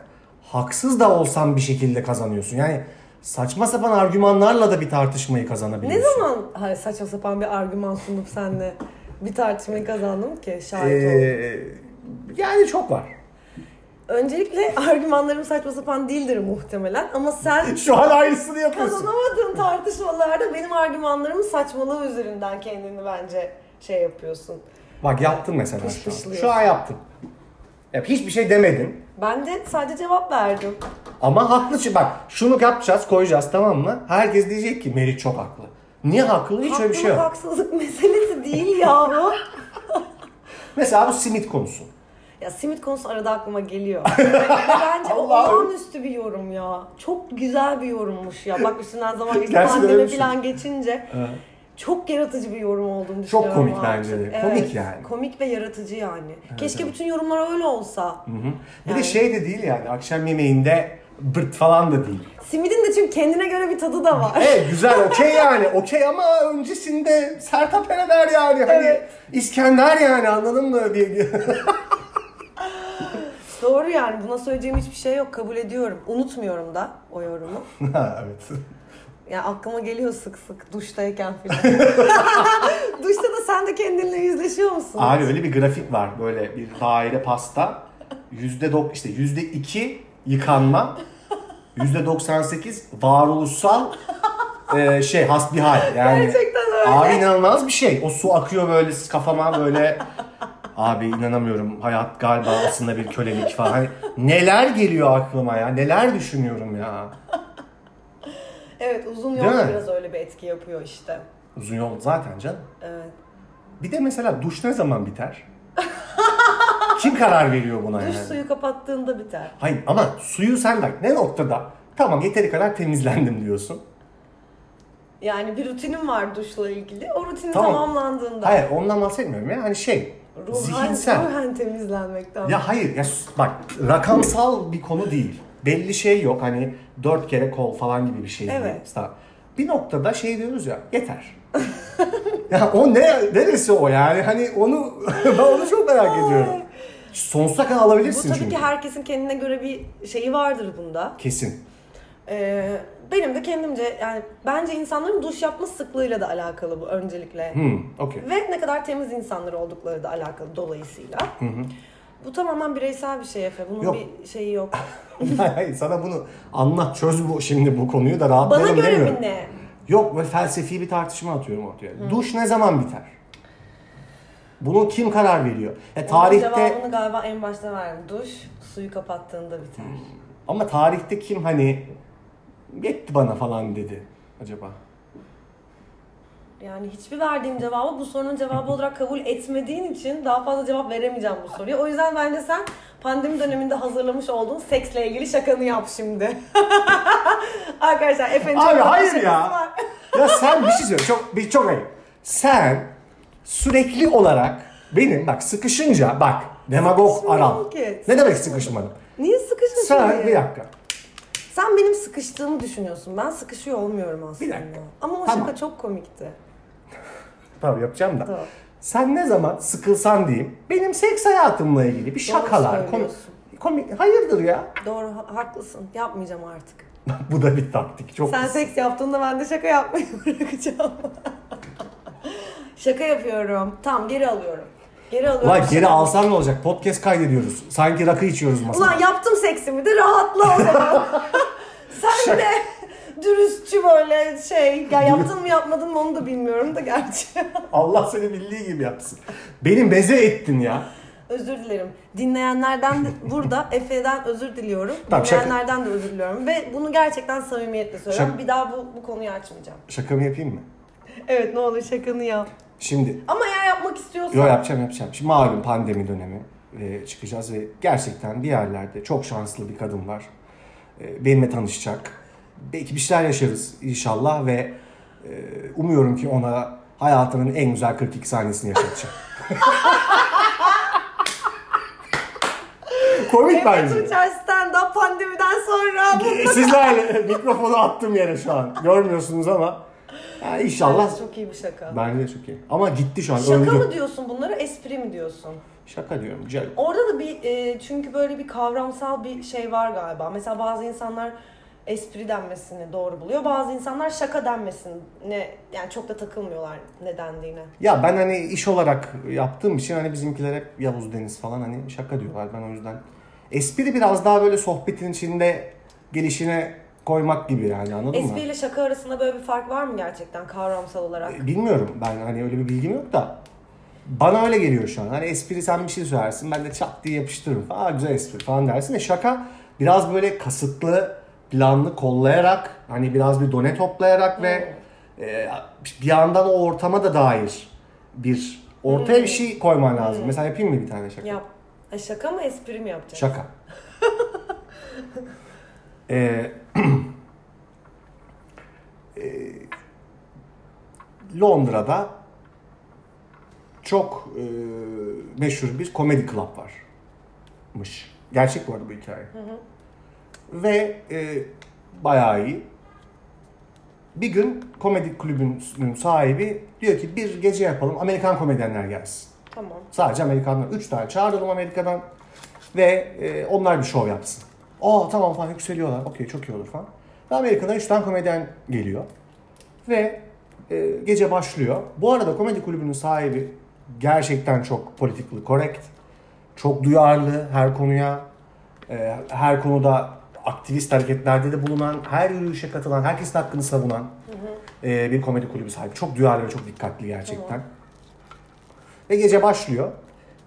S1: haksız da olsan bir şekilde kazanıyorsun. Yani saçma sapan argümanlarla da bir tartışmayı
S2: Ne
S1: kazanabiliyorsun.
S2: zaman hayır, saçma sapan bir argüman sundup senle bir tartışmayı kazandım ki şahit oldum.
S1: E, yani çok var.
S2: Öncelikle (laughs) argümanlarım saçma sapan değildir muhtemelen ama sen
S1: Şu an aynısını yapıyorsun.
S2: Kazanamadığın tartışmalarda benim argümanlarımın saçmalığı üzerinden kendini bence şey yapıyorsun.
S1: Bak yaptım mesela
S2: Pış
S1: şu an.
S2: pışlıyorsun.
S1: Şu an yaptım. Ya hiçbir şey demedim.
S2: Ben de sadece cevap verdim.
S1: Ama haklı. çı- Bak şunu yapacağız, koyacağız tamam mı? Herkes diyecek ki Meriç çok haklı. Niye haklı? Hiç öyle bir şey
S2: Haklılık,
S1: yok.
S2: haksızlık (laughs) meselesi değil yahu.
S1: Mesela bu simit konusu.
S2: ya simit konusu arada
S1: (laughs)
S2: aklıma geliyor. Bence o
S1: Allah'ım.
S2: olağanüstü bir yorum ya. Çok güzel bir yorummuş ya. Bak üstünden zaman geçti.
S1: Gerçekten öyle
S2: Pandemi
S1: bir şey.
S2: falan geçince. Çok yaratıcı bir yorum olduğunu düşünüyorum.
S1: Çok komik
S2: abi.
S1: bence de.
S2: Evet,
S1: Komik yani.
S2: Komik ve yaratıcı yani. Keşke
S1: evet.
S2: bütün yorumlar öyle olsa.
S1: Bir de
S2: Yani.
S1: şey de değil yani akşam yemeğinde bırt falan da değil.
S2: Simidin de çünkü kendine göre bir tadı
S1: (laughs)
S2: da var.
S1: Evet güzel okey yani okey ama öncesinde Sertab Erener yani hani
S2: Evet.
S1: İskender yani anladın mı diye. (laughs)
S2: Doğru yani buna söyleyeceğim hiçbir şey yok. Kabul ediyorum. Unutmuyorum da o yorumu.
S1: ha, evet.
S2: Ya aklıma geliyor sık sık duştayken filan. (laughs) Duşta da sen de kendinle yüzleşiyor musun?
S1: Abi öyle bir grafik var böyle bir daire pasta yüzde dok işte yüzde iki yıkanma yüzde 98 varoluşsal e, şey hasbihal yani.
S2: Gerçekten öyle.
S1: Abi inanılmaz bir şey. O su akıyor böyle kafama böyle. Abi inanamıyorum. Hayat galiba aslında bir kölelik falan. Hani neler geliyor aklıma ya? Neler düşünüyorum ya?
S2: Evet uzun
S1: Değil mi?
S2: yol biraz öyle bir etki yapıyor işte.
S1: Uzun yol zaten canım.
S2: Evet.
S1: Bir de mesela duş ne zaman biter? Kim karar veriyor buna
S2: Duş
S1: yani?
S2: suyu kapattığında biter.
S1: Hayır ama suyu sen bak ne noktada? Tamam yeteri kadar temizlendim
S2: (laughs)
S1: diyorsun.
S2: Yani bir rutinim var duşla ilgili. O rutin
S1: Tamam.
S2: tamamlandığında.
S1: Hayır ondan bahsetmiyorum ya. Hani şey
S2: Ruhan,
S1: zihinsel.
S2: ruhen temizlenmekten.
S1: Ya hayır ya s- bak rakamsal bir konu değil. Belli şey yok hani dört kere kol falan gibi bir şey değil.
S2: Evet.
S1: Sa- Bir noktada şey diyoruz ya yeter. (laughs) ya o ne neresi o yani hani onu (laughs) ben onu çok merak ediyorum. Sonsuza kadar
S2: Bu
S1: alabilirsin
S2: tabii
S1: çünkü.
S2: ki herkesin kendine göre bir şeyi vardır bunda.
S1: Kesin.
S2: Ee, benim de kendimce yani bence insanların duş yapma sıklığıyla da alakalı bu öncelikle.
S1: Hmm, okey.
S2: Ve ne kadar temiz insanlar oldukları da alakalı dolayısıyla. Bu tamamen bireysel bir şey Efe. Bunun
S1: Yok.
S2: bir şeyi yok.
S1: Hayır, hayır, sana bunu anlat çöz bu şimdi bu konuyu da rahatlayalım
S2: Bana göre
S1: demiyorum.
S2: mi ne?
S1: Yok böyle felsefi bir tartışma atıyorum ortaya. Duş ne zaman biter? Bunu kim karar veriyor? E,
S2: Tarihte...
S1: tarihte
S2: Cevabını galiba en başta verdim. Duş suyu kapattığında biter.
S1: Hmm. Ama tarihte kim hani yetti bana falan dedi acaba?
S2: Yani hiçbir verdiğim cevabı bu sorunun cevabı olarak kabul etmediğin için daha fazla cevap veremeyeceğim bu soruya. O yüzden bence sen pandemi döneminde hazırlamış olduğun seksle ilgili şakanı yap şimdi. (laughs) Arkadaşlar efendim.
S1: Abi
S2: çok
S1: hayır
S2: şakası
S1: ya.
S2: var.
S1: Ya sen bir şey söyle. Çok, bir, çok ayıp. Sen sürekli olarak benim bak sıkışınca bak demagog
S2: Sıkışmıyorum
S1: aram.
S2: ki.
S1: Ne demek sıkışmadım?
S2: Niye sıkışmışsın?
S1: Sen
S2: diye?
S1: bir dakika.
S2: Sen benim sıkıştığımı düşünüyorsun. Ben sıkışıyor olmuyorum aslında.
S1: Bir dakika.
S2: Ama o
S1: Tamam.
S2: şaka çok komikti.
S1: Tamam yapacağım da.
S2: Doğru.
S1: Sen ne zaman sıkılsan diyeyim. Benim seks hayatımla ilgili bir şakalar. Komik,
S2: söylüyorsun.
S1: komik, hayırdır ya? (laughs)
S2: Doğru ha- haklısın. Yapmayacağım artık.
S1: Bu da bir taktik. Çok
S2: Sen seks yaptığında ben de şaka yapmayı (laughs) bırakacağım. şaka yapıyorum. Tamam geri alıyorum. Geri alıyorum.
S1: Ulan geri
S2: Şaka-
S1: alsan ne olacak? Podcast kaydediyoruz. Sanki rakı içiyoruz masada.
S2: Ulan yaptım seksimi de rahatla o zaman.
S1: (laughs)
S2: Sen de dürüstçü böyle şey. Ya yaptın mı yapmadın mı onu da bilmiyorum da gerçi.
S1: Allah seni bildiği gibi yapsın. Benim beze ettin ya.
S2: Özür dilerim. Dinleyenlerden de
S1: (laughs)
S2: burada Efe'den özür diliyorum.
S1: Tamam, şaka-
S2: Dinleyenlerden de özür diliyorum. Ve bunu gerçekten samimiyetle söylüyorum.
S1: Şaka-
S2: Bir daha bu, bu konuyu açmayacağım.
S1: Şakamı yapayım mı?
S2: Evet ne olur şakanı yap.
S1: Şimdi
S2: Ama eğer yapmak istiyorsan.
S1: yo yapacağım yapacağım. Şimdi malum pandemi dönemi e, çıkacağız ve gerçekten bir yerlerde çok şanslı bir kadın var. E, benimle tanışacak. Belki bir şeyler yaşarız inşallah ve e, umuyorum ki ona hayatının en güzel 42 saniyesini yaşatacağım. (laughs) Komik
S2: Evet
S1: bence.
S2: Tuğçer stand-up pandemiden sonra.
S1: Sizlerle e, mikrofonu attım yere şu an. Görmüyorsunuz ama. Ya inşallah.
S2: Çok iyi bir şaka.
S1: Bence de çok iyi. Ama gitti şu an
S2: Şaka
S1: öldü.
S2: mı diyorsun bunlara, espri mi diyorsun?
S1: Şaka diyorum. Güzel.
S2: Orada da bir e, çünkü böyle bir kavramsal bir şey var galiba. Mesela bazı insanlar espri denmesini doğru buluyor. Bazı insanlar şaka denmesine yani çok da takılmıyorlar ne dendiğine.
S1: Ya ben hani iş olarak yaptığım için hani bizimkiler hep Yavuz Deniz falan hani şaka diyorlar. Ben o yüzden espri biraz daha böyle sohbetin içinde gelişine koymak gibi yani anladın mı?
S2: Espri ile şaka arasında böyle bir fark var mı gerçekten kavramsal olarak?
S1: Bilmiyorum ben hani öyle bir bilgim yok da. Bana öyle geliyor şu an. Hani espri sen bir şey söylersin ben de çat diye yapıştırırım. Aa güzel espri falan dersin. E şaka biraz böyle kasıtlı, planlı kollayarak hani biraz bir done toplayarak ve e, bir yandan o ortama da dair bir ortaya bir şey koyman lazım. Mesela yapayım mı bir tane şaka?
S2: Yap. Ha, şaka mı espri mi yapacaksın?
S1: Şaka. Ee, (clears throat) e, Londra'da çok e, meşhur bir komedi club varmış. Gerçek bu arada bu hikaye. Ve e, bayağı iyi. Bir gün komedi kulübünün sahibi diyor ki bir gece yapalım Amerikan komedyenler gelsin.
S2: Tamam.
S1: Sadece Amerikan'dan. 3 tane çağırdım Amerika'dan ve e, onlar bir şov yapsın. Aa tamam falan yükseliyorlar. Okey çok iyi olur falan. Ve Amerika'dan 3 tane komedyen geliyor. Ve e, gece başlıyor. Bu arada komedi kulübünün sahibi gerçekten çok politically correct. Çok duyarlı her konuya. e, her konuda aktivist hareketlerde de bulunan, her yürüyüşe katılan, herkesin hakkını savunan e, bir komedi kulübü sahibi. Çok duyarlı ve çok dikkatli gerçekten. Ve gece başlıyor.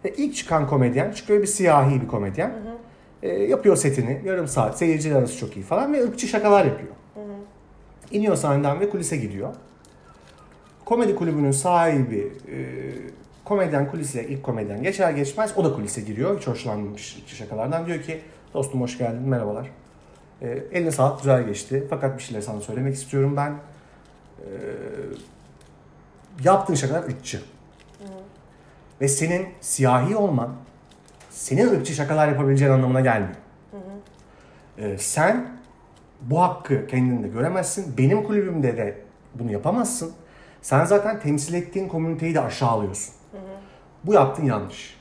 S1: Ve ilk çıkan komedyen çıkıyor bir siyahi bir komedyen. E, yapıyor setini yarım saat seyirciler arası çok iyi falan ve ırkçı şakalar yapıyor. İniyor sahneden ve kulise gidiyor. Komedi kulübünün sahibi e, komedyen kulise ilk komedyen geçer geçmez o da kulise giriyor. Hiç hoşlanmamış ırkçı şakalardan. Diyor ki dostum hoş geldin merhabalar. E, eline sağlık güzel geçti fakat bir şeyler sana söylemek istiyorum ben. E, yaptığın şakalar ırkçı ve senin siyahi olman senin ırkçı şakalar yapabileceğin anlamına gelmiyor. Ee, sen bu hakkı kendinde göremezsin. Benim kulübümde de bunu yapamazsın. Sen zaten temsil ettiğin komüniteyi de aşağılıyorsun. Bu yaptığın yanlış.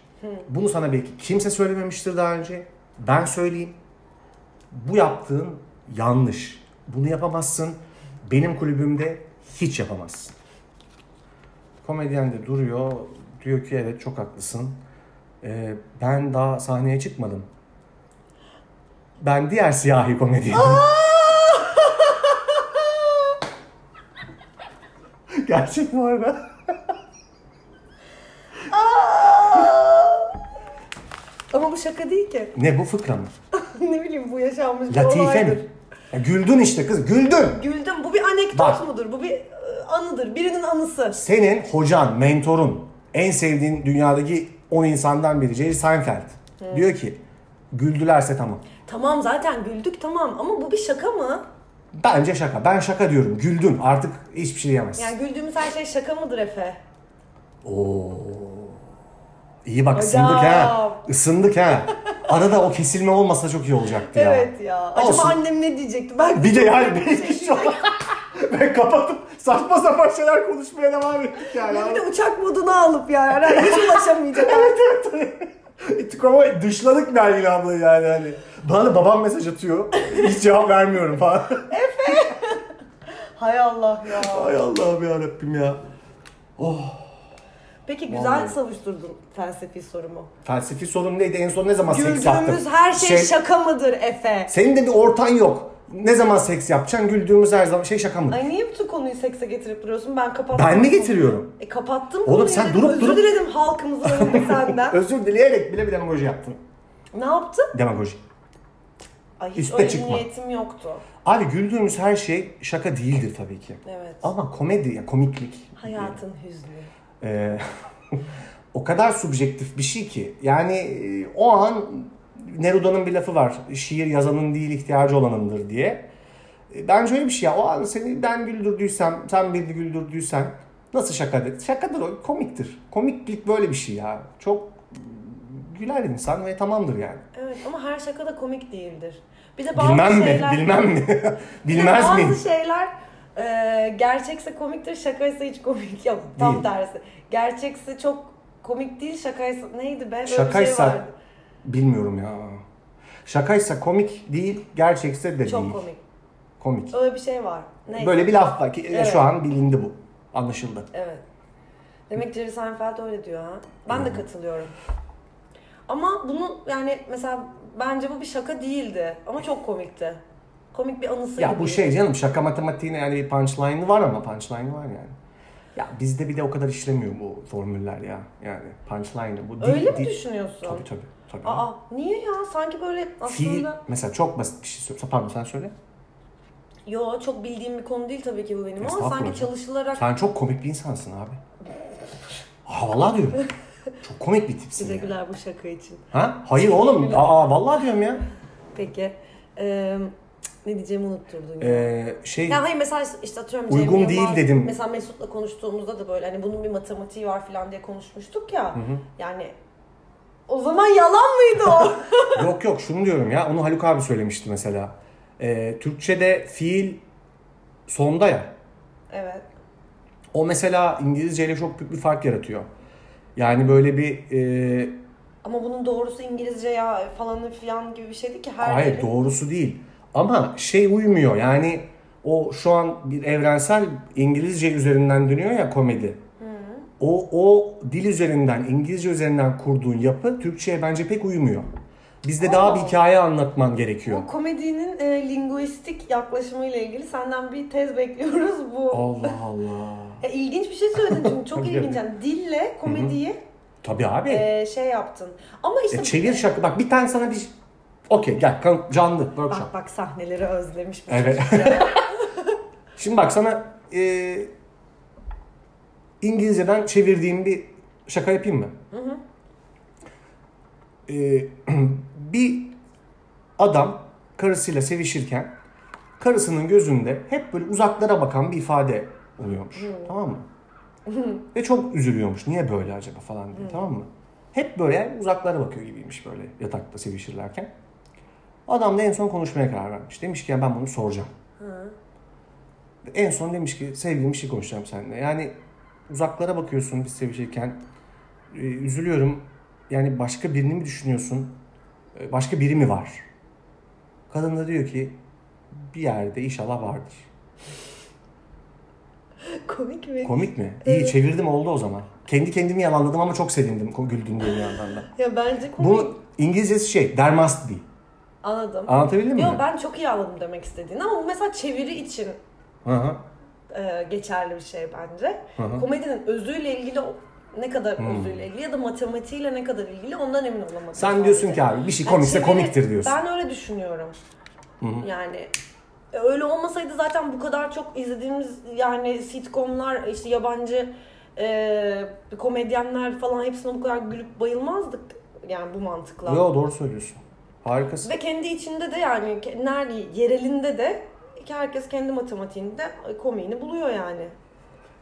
S1: Bunu sana belki kimse söylememiştir daha önce. Ben söyleyeyim. Bu yaptığın yanlış. Bunu yapamazsın. Benim kulübümde hiç yapamazsın. Komedyen de duruyor. Diyor ki evet çok haklısın. Ee, ben daha sahneye çıkmadım. Ben diğer siyahi komedyenim. (laughs) Gerçek bu arada.
S2: Ama bu şaka değil ki. (laughs)
S1: Ne bu fıkra mı?
S2: ne bileyim bu yaşanmış bir
S1: Latife
S2: olaydır.
S1: mi? Ya güldün işte kız güldün.
S2: Güldüm. Bu bir anekdot
S1: Bak.
S2: mudur? Bu bir e, anıdır. Birinin anısı.
S1: Senin hocan, mentorun, en sevdiğin dünyadaki 10 insandan biri Jerry Seinfeld. Diyor ki güldülerse tamam.
S2: Tamam zaten güldük tamam ama bu bir şaka mı?
S1: Bence şaka. Ben şaka diyorum. Güldün. Artık hiçbir şey diyemezsin.
S2: Yani güldüğümüz her şey şaka mıdır Efe?
S1: Oo. İyi bak
S2: Hocam.
S1: ısındık ha. Isındık ha. Arada o kesilme olmasa çok iyi olacaktı ya.
S2: Evet ya. Acaba
S1: Olsun.
S2: annem ne diyecekti? Ben
S1: Bir de yani belki şu an ben kapatıp saçma sapan şeyler konuşmaya devam ettik yani.
S2: bir de uçak moduna alıp ya. Yani hiç ulaşamayacak.
S1: (laughs)
S2: evet.
S1: Ettik ama dışladık Nergin ablayı yani hani. Bana da babam mesaj atıyor. Hiç cevap vermiyorum falan.
S2: Hay Allah ya.
S1: Ay Allah'ım ya Rabbim ya. Oh.
S2: Peki güzel
S1: Vallahi.
S2: savuşturdun felsefi sorumu.
S1: Felsefi sorun neydi? En son ne zaman seks yaptım?
S2: Güldüğümüz her şey,
S1: Şey-
S2: şaka mıdır Efe?
S1: Senin de bir ortan yok. Ne zaman seks yapacaksın güldüğümüz her zaman şey şaka mı?
S2: Ay niye bütün konuyu sekse getirip duruyorsun? Ben kapattım.
S1: Ben mi getiriyorum?
S2: E kapattım
S1: Oğlum
S2: konuyu
S1: sen
S2: dedim.
S1: durup
S2: Özür
S1: durup- (laughs)
S2: diledim halkımızın önünde senden.
S1: Özür dileyerek bile bir demagoji yaptın.
S2: ne yaptın?
S1: Demagoji.
S2: Ay hiç
S1: Üste
S2: öyle bir
S1: çıkma.
S2: niyetim yoktu.
S1: Abi güldüğümüz her şey şaka değildir tabii ki.
S2: Evet.
S1: Ama komedi, ya komiklik.
S2: Hayatın hüznü.
S1: Ee, o kadar subjektif bir şey ki. Yani e, o an Neruda'nın bir lafı var. Şiir yazanın değil ihtiyacı olanındır diye. E, Bence öyle bir şey ya. O an seni ben güldürdüysem, sen beni güldürdüysen nasıl şakadır? Şakadır o, komiktir. Komiklik böyle bir şey ya. Çok güler insan ve tamamdır yani.
S2: Evet ama her şaka da komik değildir. Bir de bazı
S1: Bilmem mi?
S2: şeyler...
S1: Bilmem mi?
S2: Bir de
S1: (laughs) Bilmez miyim?
S2: Bazı şeyler e, gerçekse komiktir, şakaysa hiç komik yok. Tam
S1: Değil.
S2: tersi. Gerçekse çok komik değil, şakaysa... Neydi be? Böyle
S1: Şakaysa
S2: bir şey vardı.
S1: bilmiyorum ya. Şakaysa komik değil, gerçekse de
S2: Çok
S1: değil.
S2: komik.
S1: Komik.
S2: Öyle bir şey var. Neyse.
S1: Böyle bir laf var ki e,
S2: Evet.
S1: şu an bilindi bu. Anlaşıldı.
S2: Evet. Demek Jerry Seinfeld öyle diyor ha. Ben de katılıyorum. Ama bunu yani mesela bence bu bir şaka değildi ama çok komikti. Komik bir anısı
S1: Ya
S2: gibi.
S1: bu şey canım şaka matematiğine yani bir punchline'ı var ama punchline'ı var yani. Ya bizde bir de o kadar işlemiyor bu formüller ya. Yani punchline'ı bu
S2: Öyle mi
S1: dil-
S2: düşünüyorsun?
S1: Tabii tabii. tabii.
S2: Aa niye ya? Sanki böyle
S1: Fiil
S2: aslında
S1: mesela çok basit bir şey söyle. Pardon sen söyle.
S2: Yo çok bildiğim bir konu değil tabii ki bu benim ama
S1: Estağfurullah
S2: sanki
S1: canım.
S2: çalışılarak
S1: Sen çok komik bir insansın abi. Ha vallahi
S2: (laughs)
S1: diyorum. Çok komik bir tipsin. ya.
S2: Teşekkürler bu şaka için.
S1: Ha? Hayır oğlum. Aa vallahi diyorum ya.
S2: Peki. Ee, ne diyeceğimi unutturdun ya.
S1: Ee, şey
S2: Ya hayır mesela işte atıyorum
S1: Uygun
S2: Cem Yılmaz-
S1: değil dedim.
S2: Mesela Mesut'la konuştuğumuzda da böyle hani bunun bir matematiği var falan diye konuşmuştuk ya. Yani o zaman yalan mıydı o? (laughs)
S1: yok yok şunu diyorum ya. Onu Haluk abi söylemişti mesela. Ee, Türkçe'de fiil sonda ya.
S2: evet.
S1: O mesela İngilizceyle çok büyük bir fark yaratıyor. Yani böyle bir e,
S2: Ama bunun doğrusu İngilizce ya falanı filan gibi bir şeydi ki her
S1: Hayır
S2: yerin-
S1: doğrusu değil. Ama şey uymuyor yani o şu an bir evrensel İngilizce üzerinden dönüyor ya komedi. O, o dil üzerinden, İngilizce üzerinden kurduğun yapı Türkçe'ye bence pek uymuyor. Bizde daha
S2: Aa.
S1: bir hikaye anlatman gerekiyor.
S2: Bu komedinin e, linguistik yaklaşımıyla ilgili senden bir tez bekliyoruz bu.
S1: Allah Allah.
S2: Ya ilginç bir şey söyledin
S1: (laughs)
S2: çünkü çok ilginç. Yani dille komediyi
S1: Tabii abi.
S2: e, şey yaptın. Ama işte
S1: E, çevir şaka. Bak bir tane sana bir... Okey gel kan- canlı workshop.
S2: bak bak sahneleri özlemiş bu
S1: Evet. Şimdi bak sana e, İngilizceden çevirdiğim bir şaka yapayım mı? E, (clears throat) bir adam karısıyla sevişirken karısının gözünde hep böyle uzaklara bakan bir ifade oluyormuş. Tamam mı? Ve çok üzülüyormuş. Niye böyle acaba falan diye. Tamam mı? Hep böyle yani uzaklara bakıyor gibiymiş böyle yatakta sevişirlerken. Adam da en son konuşmaya karar vermiş. Demiş ki ya ben bunu soracağım. En son demiş ki sevgilim bir şey konuşacağım seninle. Yani uzaklara bakıyorsun biz sevişirken. Ee, üzülüyorum. Yani başka birini mi düşünüyorsun? Ee, başka biri mi var? Kadın da diyor ki bir yerde inşallah vardır.
S2: (laughs) Komik mi?
S1: Komik mi? İyi çevirdim oldu o zaman. Kendi kendimi yalanladım ama çok sevindim ko- güldüm diye bir yandan da.
S2: Ya bence komik.
S1: Bu İngilizcesi şey there must be.
S2: Anladım.
S1: Anlatabildim mi?
S2: Yo ben çok iyi anladım demek istediğini ama bu mesela çeviri için
S1: Hı hı.
S2: e, geçerli bir şey bence.
S1: hı. Hmm.
S2: Komedinin özüyle ilgili o- ne kadar özüyle ilgili ya da matematiğiyle ne kadar ilgili ondan emin olamadım.
S1: Sen diyorsun
S2: sadece.
S1: ki abi bir şey
S2: Yani
S1: komikse
S2: çeviri-
S1: komiktir diyorsun.
S2: Ben öyle düşünüyorum. Yani e, öyle olmasaydı zaten bu kadar çok izlediğimiz yani sitcomlar işte yabancı e, komedyenler falan hepsine bu kadar gülüp bayılmazdık yani bu mantıkla.
S1: Yo doğru söylüyorsun. Harikasın.
S2: Ve kendi içinde de yani ke- nerede yerelinde de herkes kendi matematiğinde e, komiğini buluyor yani.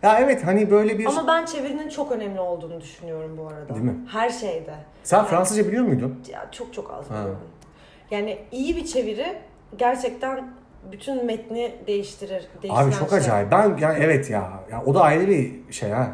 S1: Ya evet hani böyle bir...
S2: Ama ben çevirinin çok önemli olduğunu düşünüyorum bu arada.
S1: Değil mi?
S2: Her şeyde.
S1: Sen Fransızca biliyor muydun?
S2: Ya çok çok az
S1: Ha.
S2: biliyorum. Yani iyi bir çeviri gerçekten bütün metni değiştirir. değiştiren
S1: Abi çok
S2: şey.
S1: acayip. Ben yani evet ya. ya. O da ayrı bir şey ha.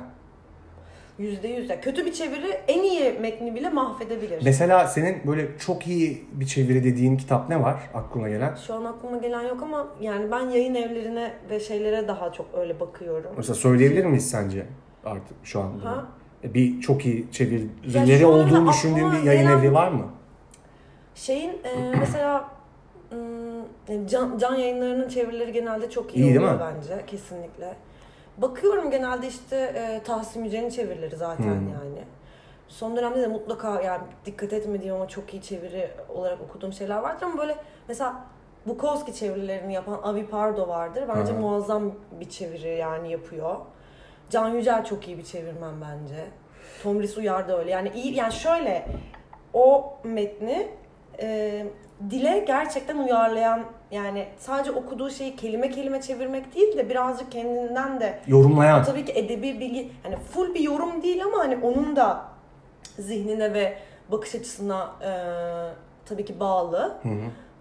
S2: Yüzde yüz. Yani Kötü bir çeviri en iyi metni bile mahvedebilir.
S1: Mesela senin böyle çok iyi bir çeviri dediğin kitap ne var aklına gelen?
S2: Şu an aklıma gelen yok ama yani ben yayın evlerine ve şeylere daha çok öyle bakıyorum.
S1: Mesela söyleyebilir miyiz sence artık şu an? bunu?
S2: Ha?
S1: E, Bir çok iyi
S2: Ya
S1: çevirileri
S2: şu anda
S1: olduğunu
S2: aklıma
S1: düşündüğün bir yayın
S2: gelen-
S1: evi var mı?
S2: Şeyin e, mesela hmm, yani can, can yayınlarının çevirileri genelde çok iyi,
S1: İyi değil
S2: oluyor
S1: mi?
S2: bence kesinlikle. Bakıyorum genelde işte e, Tahsin Yücel'in çevirileri zaten
S1: Hmm.
S2: yani. Son dönemde de mutlaka yani dikkat etmediğim ama çok iyi çeviri olarak okuduğum şeyler vardır ama böyle mesela Bukowski çevirilerini yapan Avi Pardo vardır. Bence
S1: Hı hı.
S2: muazzam bir çeviri yani yapıyor. Can Yücel çok iyi bir çevirmen bence. Tomris Uyar da öyle. Yani iyi yani şöyle o metni e, dile gerçekten uyarlayan yani sadece okuduğu şeyi kelime kelime çevirmek değil de birazcık kendinden de
S1: Yorumlayan.
S2: tabii ki edebi bilgi hani full bir yorum değil ama hani onun da zihnine ve bakış açısına e, tabii ki bağlı.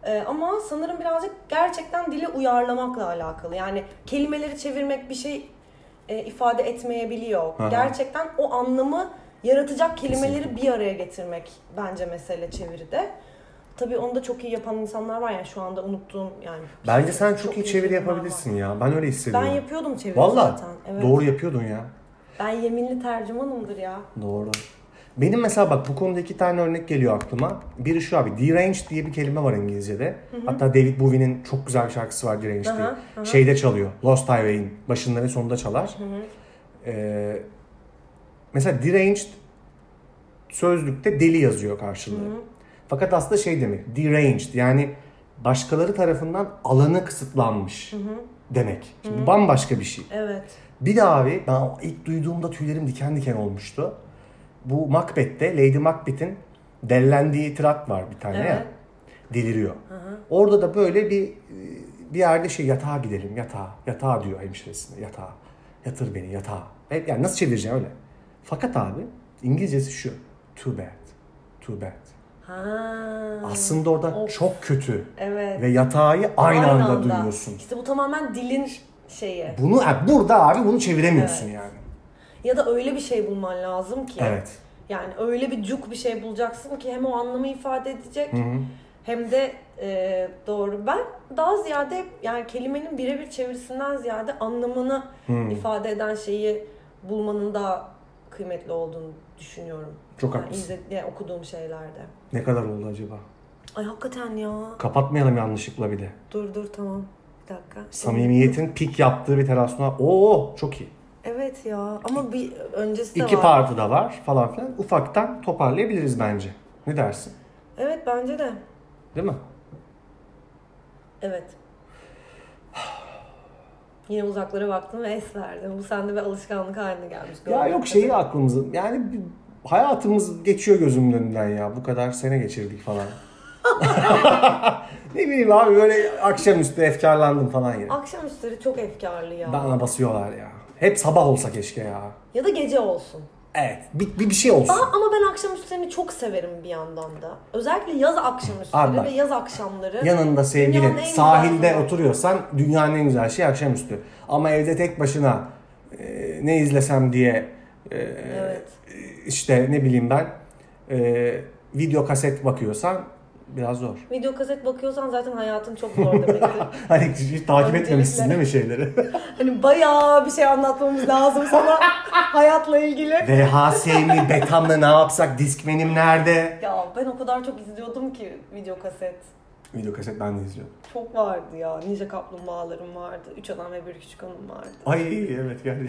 S2: E, ama sanırım birazcık gerçekten dile uyarlamakla alakalı. Yani kelimeleri çevirmek bir şey e, ifade etmeyebiliyor.
S1: Aha.
S2: Gerçekten o anlamı yaratacak kelimeleri
S1: Kesinlikle.
S2: bir araya getirmek bence mesele çeviride. Tabii onu da çok iyi yapan insanlar var yani şu anda unuttuğum yani.
S1: Bence sen çok, iyi çeviri
S2: insanlar var.
S1: yapabilirsin ya. Ben öyle
S2: Ben
S1: hissediyorum.
S2: yapıyordum çeviri
S1: Valla
S2: zaten. Evet.
S1: doğru yapıyordun ya.
S2: Ben yeminli tercümanımdır ya.
S1: Doğru. Benim mesela bak bu konuda iki tane örnek geliyor aklıma. Biri şu abi, deranged diye bir kelime var İngilizce'de. Hatta David Bowie'nin çok güzel bir şarkısı var deranged diye.
S2: Aha, aha.
S1: Şeyde çalıyor, Lost Highway'in başında ve sonunda çalar. Ee, mesela deranged sözlükte deli yazıyor karşılığı. Fakat aslında şey demek, deranged yani başkaları tarafından alanı kısıtlanmış demek. Şimdi bu bambaşka bir şey.
S2: Evet.
S1: Bir de abi ben o ilk duyduğumda tüylerim diken diken olmuştu. Bu Macbeth'te Lady Macbeth'in dellendiği tirat var bir tane ya.
S2: Evet.
S1: Deliriyor. Orada da böyle bir bir yerde şey yatağa gidelim yatağa. Yatağa diyor hemşiresine yatağa. Yatır beni yatağa. E, Yani nasıl çevireceğim öyle. Fakat abi İngilizcesi şu. Too bad. Too bad.
S2: Ha.
S1: Aslında orada
S2: Of.
S1: çok kötü.
S2: Evet.
S1: Ve yatağı aynı, anda, duyuyorsun.
S2: İşte bu tamamen dilin şeyi.
S1: Bunu e, burada abi bunu çeviremiyorsun yani.
S2: Ya da öyle bir şey bulman lazım ki.
S1: Evet.
S2: Yani öyle bir cuk bir şey bulacaksın ki hem o anlamı ifade edecek hem de e, doğru. Ben daha ziyade hep yani kelimenin birebir çevirisinden ziyade anlamını ifade eden şeyi bulmanın daha kıymetli olduğunu düşünüyorum.
S1: Çok
S2: yani
S1: haklısın.
S2: izle- yani okuduğum şeylerde.
S1: Ne kadar oldu acaba?
S2: Ay hakikaten ya.
S1: Kapatmayalım yanlışlıkla bir de.
S2: Dur dur tamam. Bir dakika.
S1: Samimiyetin pik yaptığı bir terasına. Oo çok iyi.
S2: Evet ya ama bir öncesi de
S1: İki
S2: var.
S1: parti da var falan filan. Ufaktan toparlayabiliriz bence. Ne dersin?
S2: Evet bence de.
S1: Değil mi?
S2: Evet. Yine uzaklara baktım ve es verdim. Bu sende bir alışkanlık haline gelmiş.
S1: Ya
S2: Gördüm.
S1: yok şeyi aklımızı. Yani bir- hayatımız geçiyor gözümün önünden ya. Bu kadar sene geçirdik falan. ne bileyim abi böyle akşamüstü efkarlandım falan yine.
S2: Akşam üstleri çok efkarlı ya.
S1: Bana basıyorlar ya. Hep sabah olsa keşke ya.
S2: Ya da gece olsun.
S1: Evet. Bir, bir, bir şey olsun.
S2: Aa, ama ben akşam üstlerini çok severim bir yandan da. Özellikle yaz akşam
S1: Abi
S2: üstleri
S1: bak.
S2: ve yaz akşamları.
S1: Yanında
S2: Dünyanın
S1: sevgilin
S2: en
S1: sahilde
S2: güzel-
S1: oturuyorsan dünyanın en güzel şeyi akşamüstü. Ama evde tek başına e, ne izlesem diye e,
S2: Evet.
S1: işte ne bileyim ben e, video kaset bakıyorsan biraz zor. (laughs)
S2: Video kaset bakıyorsan zaten hayatın çok zor demektir.
S1: Hani hiç takip etmemişsin değil mi şeyleri?
S2: (laughs)
S1: (laughs)
S2: hani bayağı bir şey anlatmamız lazım sana hayatla ilgili.
S1: VHS mi, beta mı, ne yapsak, diskmenim nerede?
S2: Ya ben o kadar çok izliyordum ki video kaset.
S1: Video kaset ben de izliyorum.
S2: Çok vardı ya. Ninja kaplumbağalarım vardı. Üç adam ve bir küçük hanım vardı.
S1: Ay evet (laughs) yani.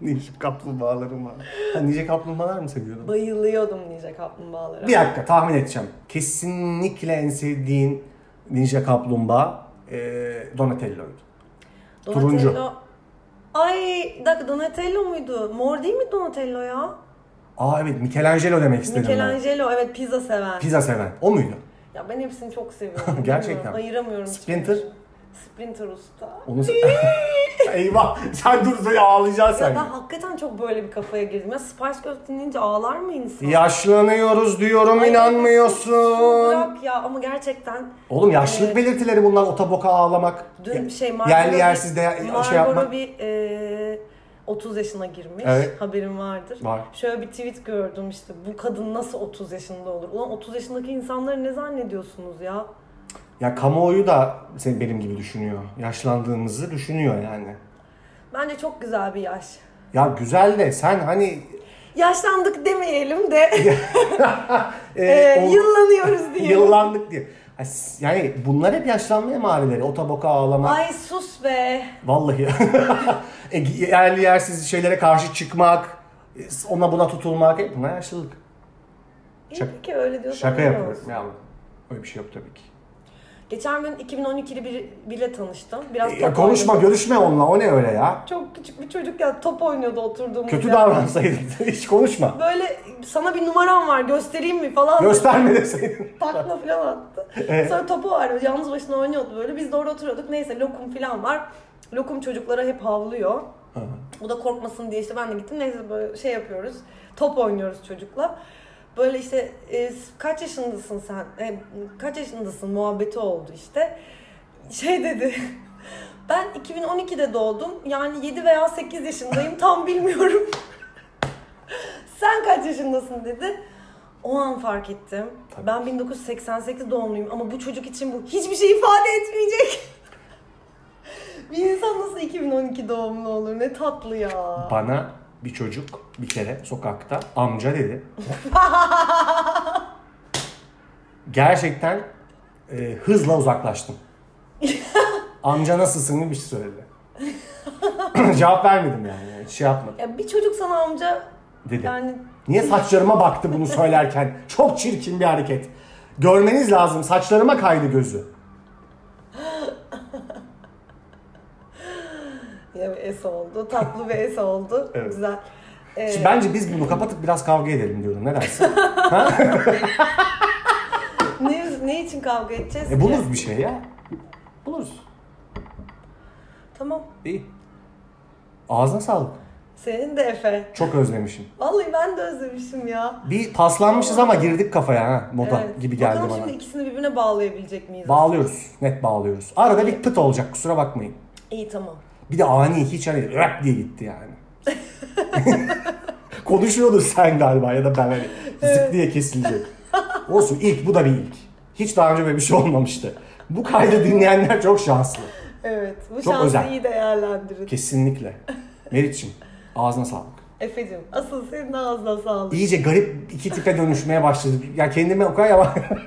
S1: nice kaplumbağalarım var. Ha, nice kaplumbağalar mı seviyordun?
S2: Bayılıyordum Ninja Kaplumbağalara.
S1: Bir dakika tahmin edeceğim. Kesinlikle en sevdiğin Ninja Kaplumbağa e, Donatello'ydu. turuncu.
S2: Ay bir dakika Donatello muydu? Mor değil mi Donatello ya?
S1: Aa evet Michelangelo demek istedim ben.
S2: Michelangelo evet pizza seven.
S1: Pizza seven. O muydu?
S2: ya ben hepsini çok seviyorum.
S1: (laughs) Gerçekten.
S2: bilmiyorum, Ayıramıyorum.
S1: Splinter.
S2: Splinter Usta.
S1: Onu (laughs) Eyvah sen dur ya ağlayacaksın
S2: Ya
S1: sen.
S2: ben hakikaten çok böyle bir kafaya girdim. Ya Spice Girls dinleyince ağlar mı insan?
S1: Yaşlanıyoruz diyorum
S2: Ay, sus,
S1: inanmıyorsun.
S2: Bırak ya ama gerçekten
S1: Oğlum yaşlılık belirtileri bunlar otoboka ağlamak.
S2: Dün bir şey
S1: Margot Yerli yersiz de
S2: Margot
S1: şey yapmak.
S2: bir e, 30 yaşına girmiş.
S1: Evet.
S2: Haberim vardır.
S1: Var.
S2: Şöyle bir tweet gördüm işte. Bu kadın nasıl 30 yaşında olur? Ulan 30 yaşındaki insanları ne zannediyorsunuz ya?
S1: Ya kamuoyu da sen- benim gibi düşünüyor. Yaşlandığımızı düşünüyor yani.
S2: Bence çok güzel bir yaş.
S1: Ya güzel de sen hani (laughs)
S2: Yaşlandık demeyelim de
S1: e,
S2: e,
S1: o-
S2: yıllanıyoruz diyelim.
S1: Yıllandık diye. Ay, s- Yani bunlar hep yaşlanmaya mahalleleri. O taboka ağlamak.
S2: Ay sus be.
S1: Vallahi. (laughs) E, yerli yersiz şeylere karşı çıkmak. e, Ona buna tutulmak. Hep bunlar yaşlılık.
S2: İyi
S1: Şaka-
S2: peki öyle diyorsan.
S1: Şaka
S2: öyle
S1: yapıyorum.
S2: olsun.
S1: Ya, öyle bir şey yok tabii ki.
S2: Geçen gün 2012'li bir, biriyle tanıştım. Biraz
S1: E,
S2: top
S1: konuşma
S2: oynadık.
S1: görüşme onunla. O ne öyle ya?
S2: Çok küçük bir çocuk ya top oynuyordu oturduğumuz
S1: Kötü
S2: yerde.
S1: davransaydın. (laughs) Hiç konuşma.
S2: böyle sana bir numaram var göstereyim mi falan.
S1: Gösterme deseydin.
S2: (laughs) Takla falan attı. Sonra topu vardı. Yalnız başına oynuyordu böyle. Biz de orada oturuyorduk. Neyse lokum falan var. Lokum çocuklara hep havlıyor. Bu da korkmasın diye işte ben de gittim. Neyse böyle şey yapıyoruz. Top oynuyoruz çocukla. Böyle işte e, kaç yaşındasın sen? E, kaç yaşındasın muhabbeti oldu işte. Şey dedi. (laughs) Ben 2012'de doğdum. Yani 7 veya 8 yaşındayım. Tam bilmiyorum. (laughs) Sen kaç yaşındasın dedi. O an fark ettim. Ben 1988 doğumluyum ama bu çocuk için bu hiçbir şey ifade etmeyecek. (laughs) bir insan nasıl 2012 doğumlu olur? Ne tatlı ya.
S1: Bana bir çocuk bir kere sokakta amca dedi. Gerçekten e, hızla uzaklaştım. amca nasılsın gibi bir şey söyledi. (clears throat) Cevap vermedim yani. Hiç şey yapmadım.
S2: Ya bir çocuk sana amca
S1: Dedi.
S2: yani
S1: Niye saçlarıma baktı bunu söylerken? Çok çirkin bir hareket. Görmeniz lazım. Saçlarıma kaydı gözü.
S2: Yine bir es oldu. Tatlı bir es oldu.
S1: (laughs) Evet.
S2: Güzel. Ee,
S1: Şimdi bence biz bunu kapatıp biraz kavga edelim diyorum. Ne dersin?
S2: ne, ne için kavga edeceğiz
S1: E,
S2: ki?
S1: buluruz bir şey ya. Buluruz.
S2: Tamam.
S1: İyi. Ağzına sağlık.
S2: Senin de Efe.
S1: Çok özlemişim.
S2: Vallahi ben de özlemişim ya.
S1: Bir paslanmışız ama girdik kafaya ha. Moda
S2: Evet.
S1: gibi geldi
S2: Bakalım
S1: bana.
S2: şimdi ikisini birbirine bağlayabilecek miyiz?
S1: Bağlıyoruz. Net bağlıyoruz. Arada bir pıt olacak kusura bakmayın.
S2: İyi tamam.
S1: Bir de ani hiç hani rap diye gitti
S2: (laughs)
S1: yani. Konuşuyordun sen galiba ya da ben hani zıp diye kesilecek. Olsun ilk bu da bir ilk. Hiç daha önce böyle bir şey olmamıştı. Bu kaydı dinleyenler çok şanslı.
S2: Evet. Bu
S1: Çok
S2: şansı
S1: özel.
S2: iyi değerlendirin.
S1: Kesinlikle. Meriç'im ağzına sağlık.
S2: Efe'cim asıl senin ağzına sağlık.
S1: İyice garip iki tipe dönüşmeye başladık. Ya kendime o kadar yavaş...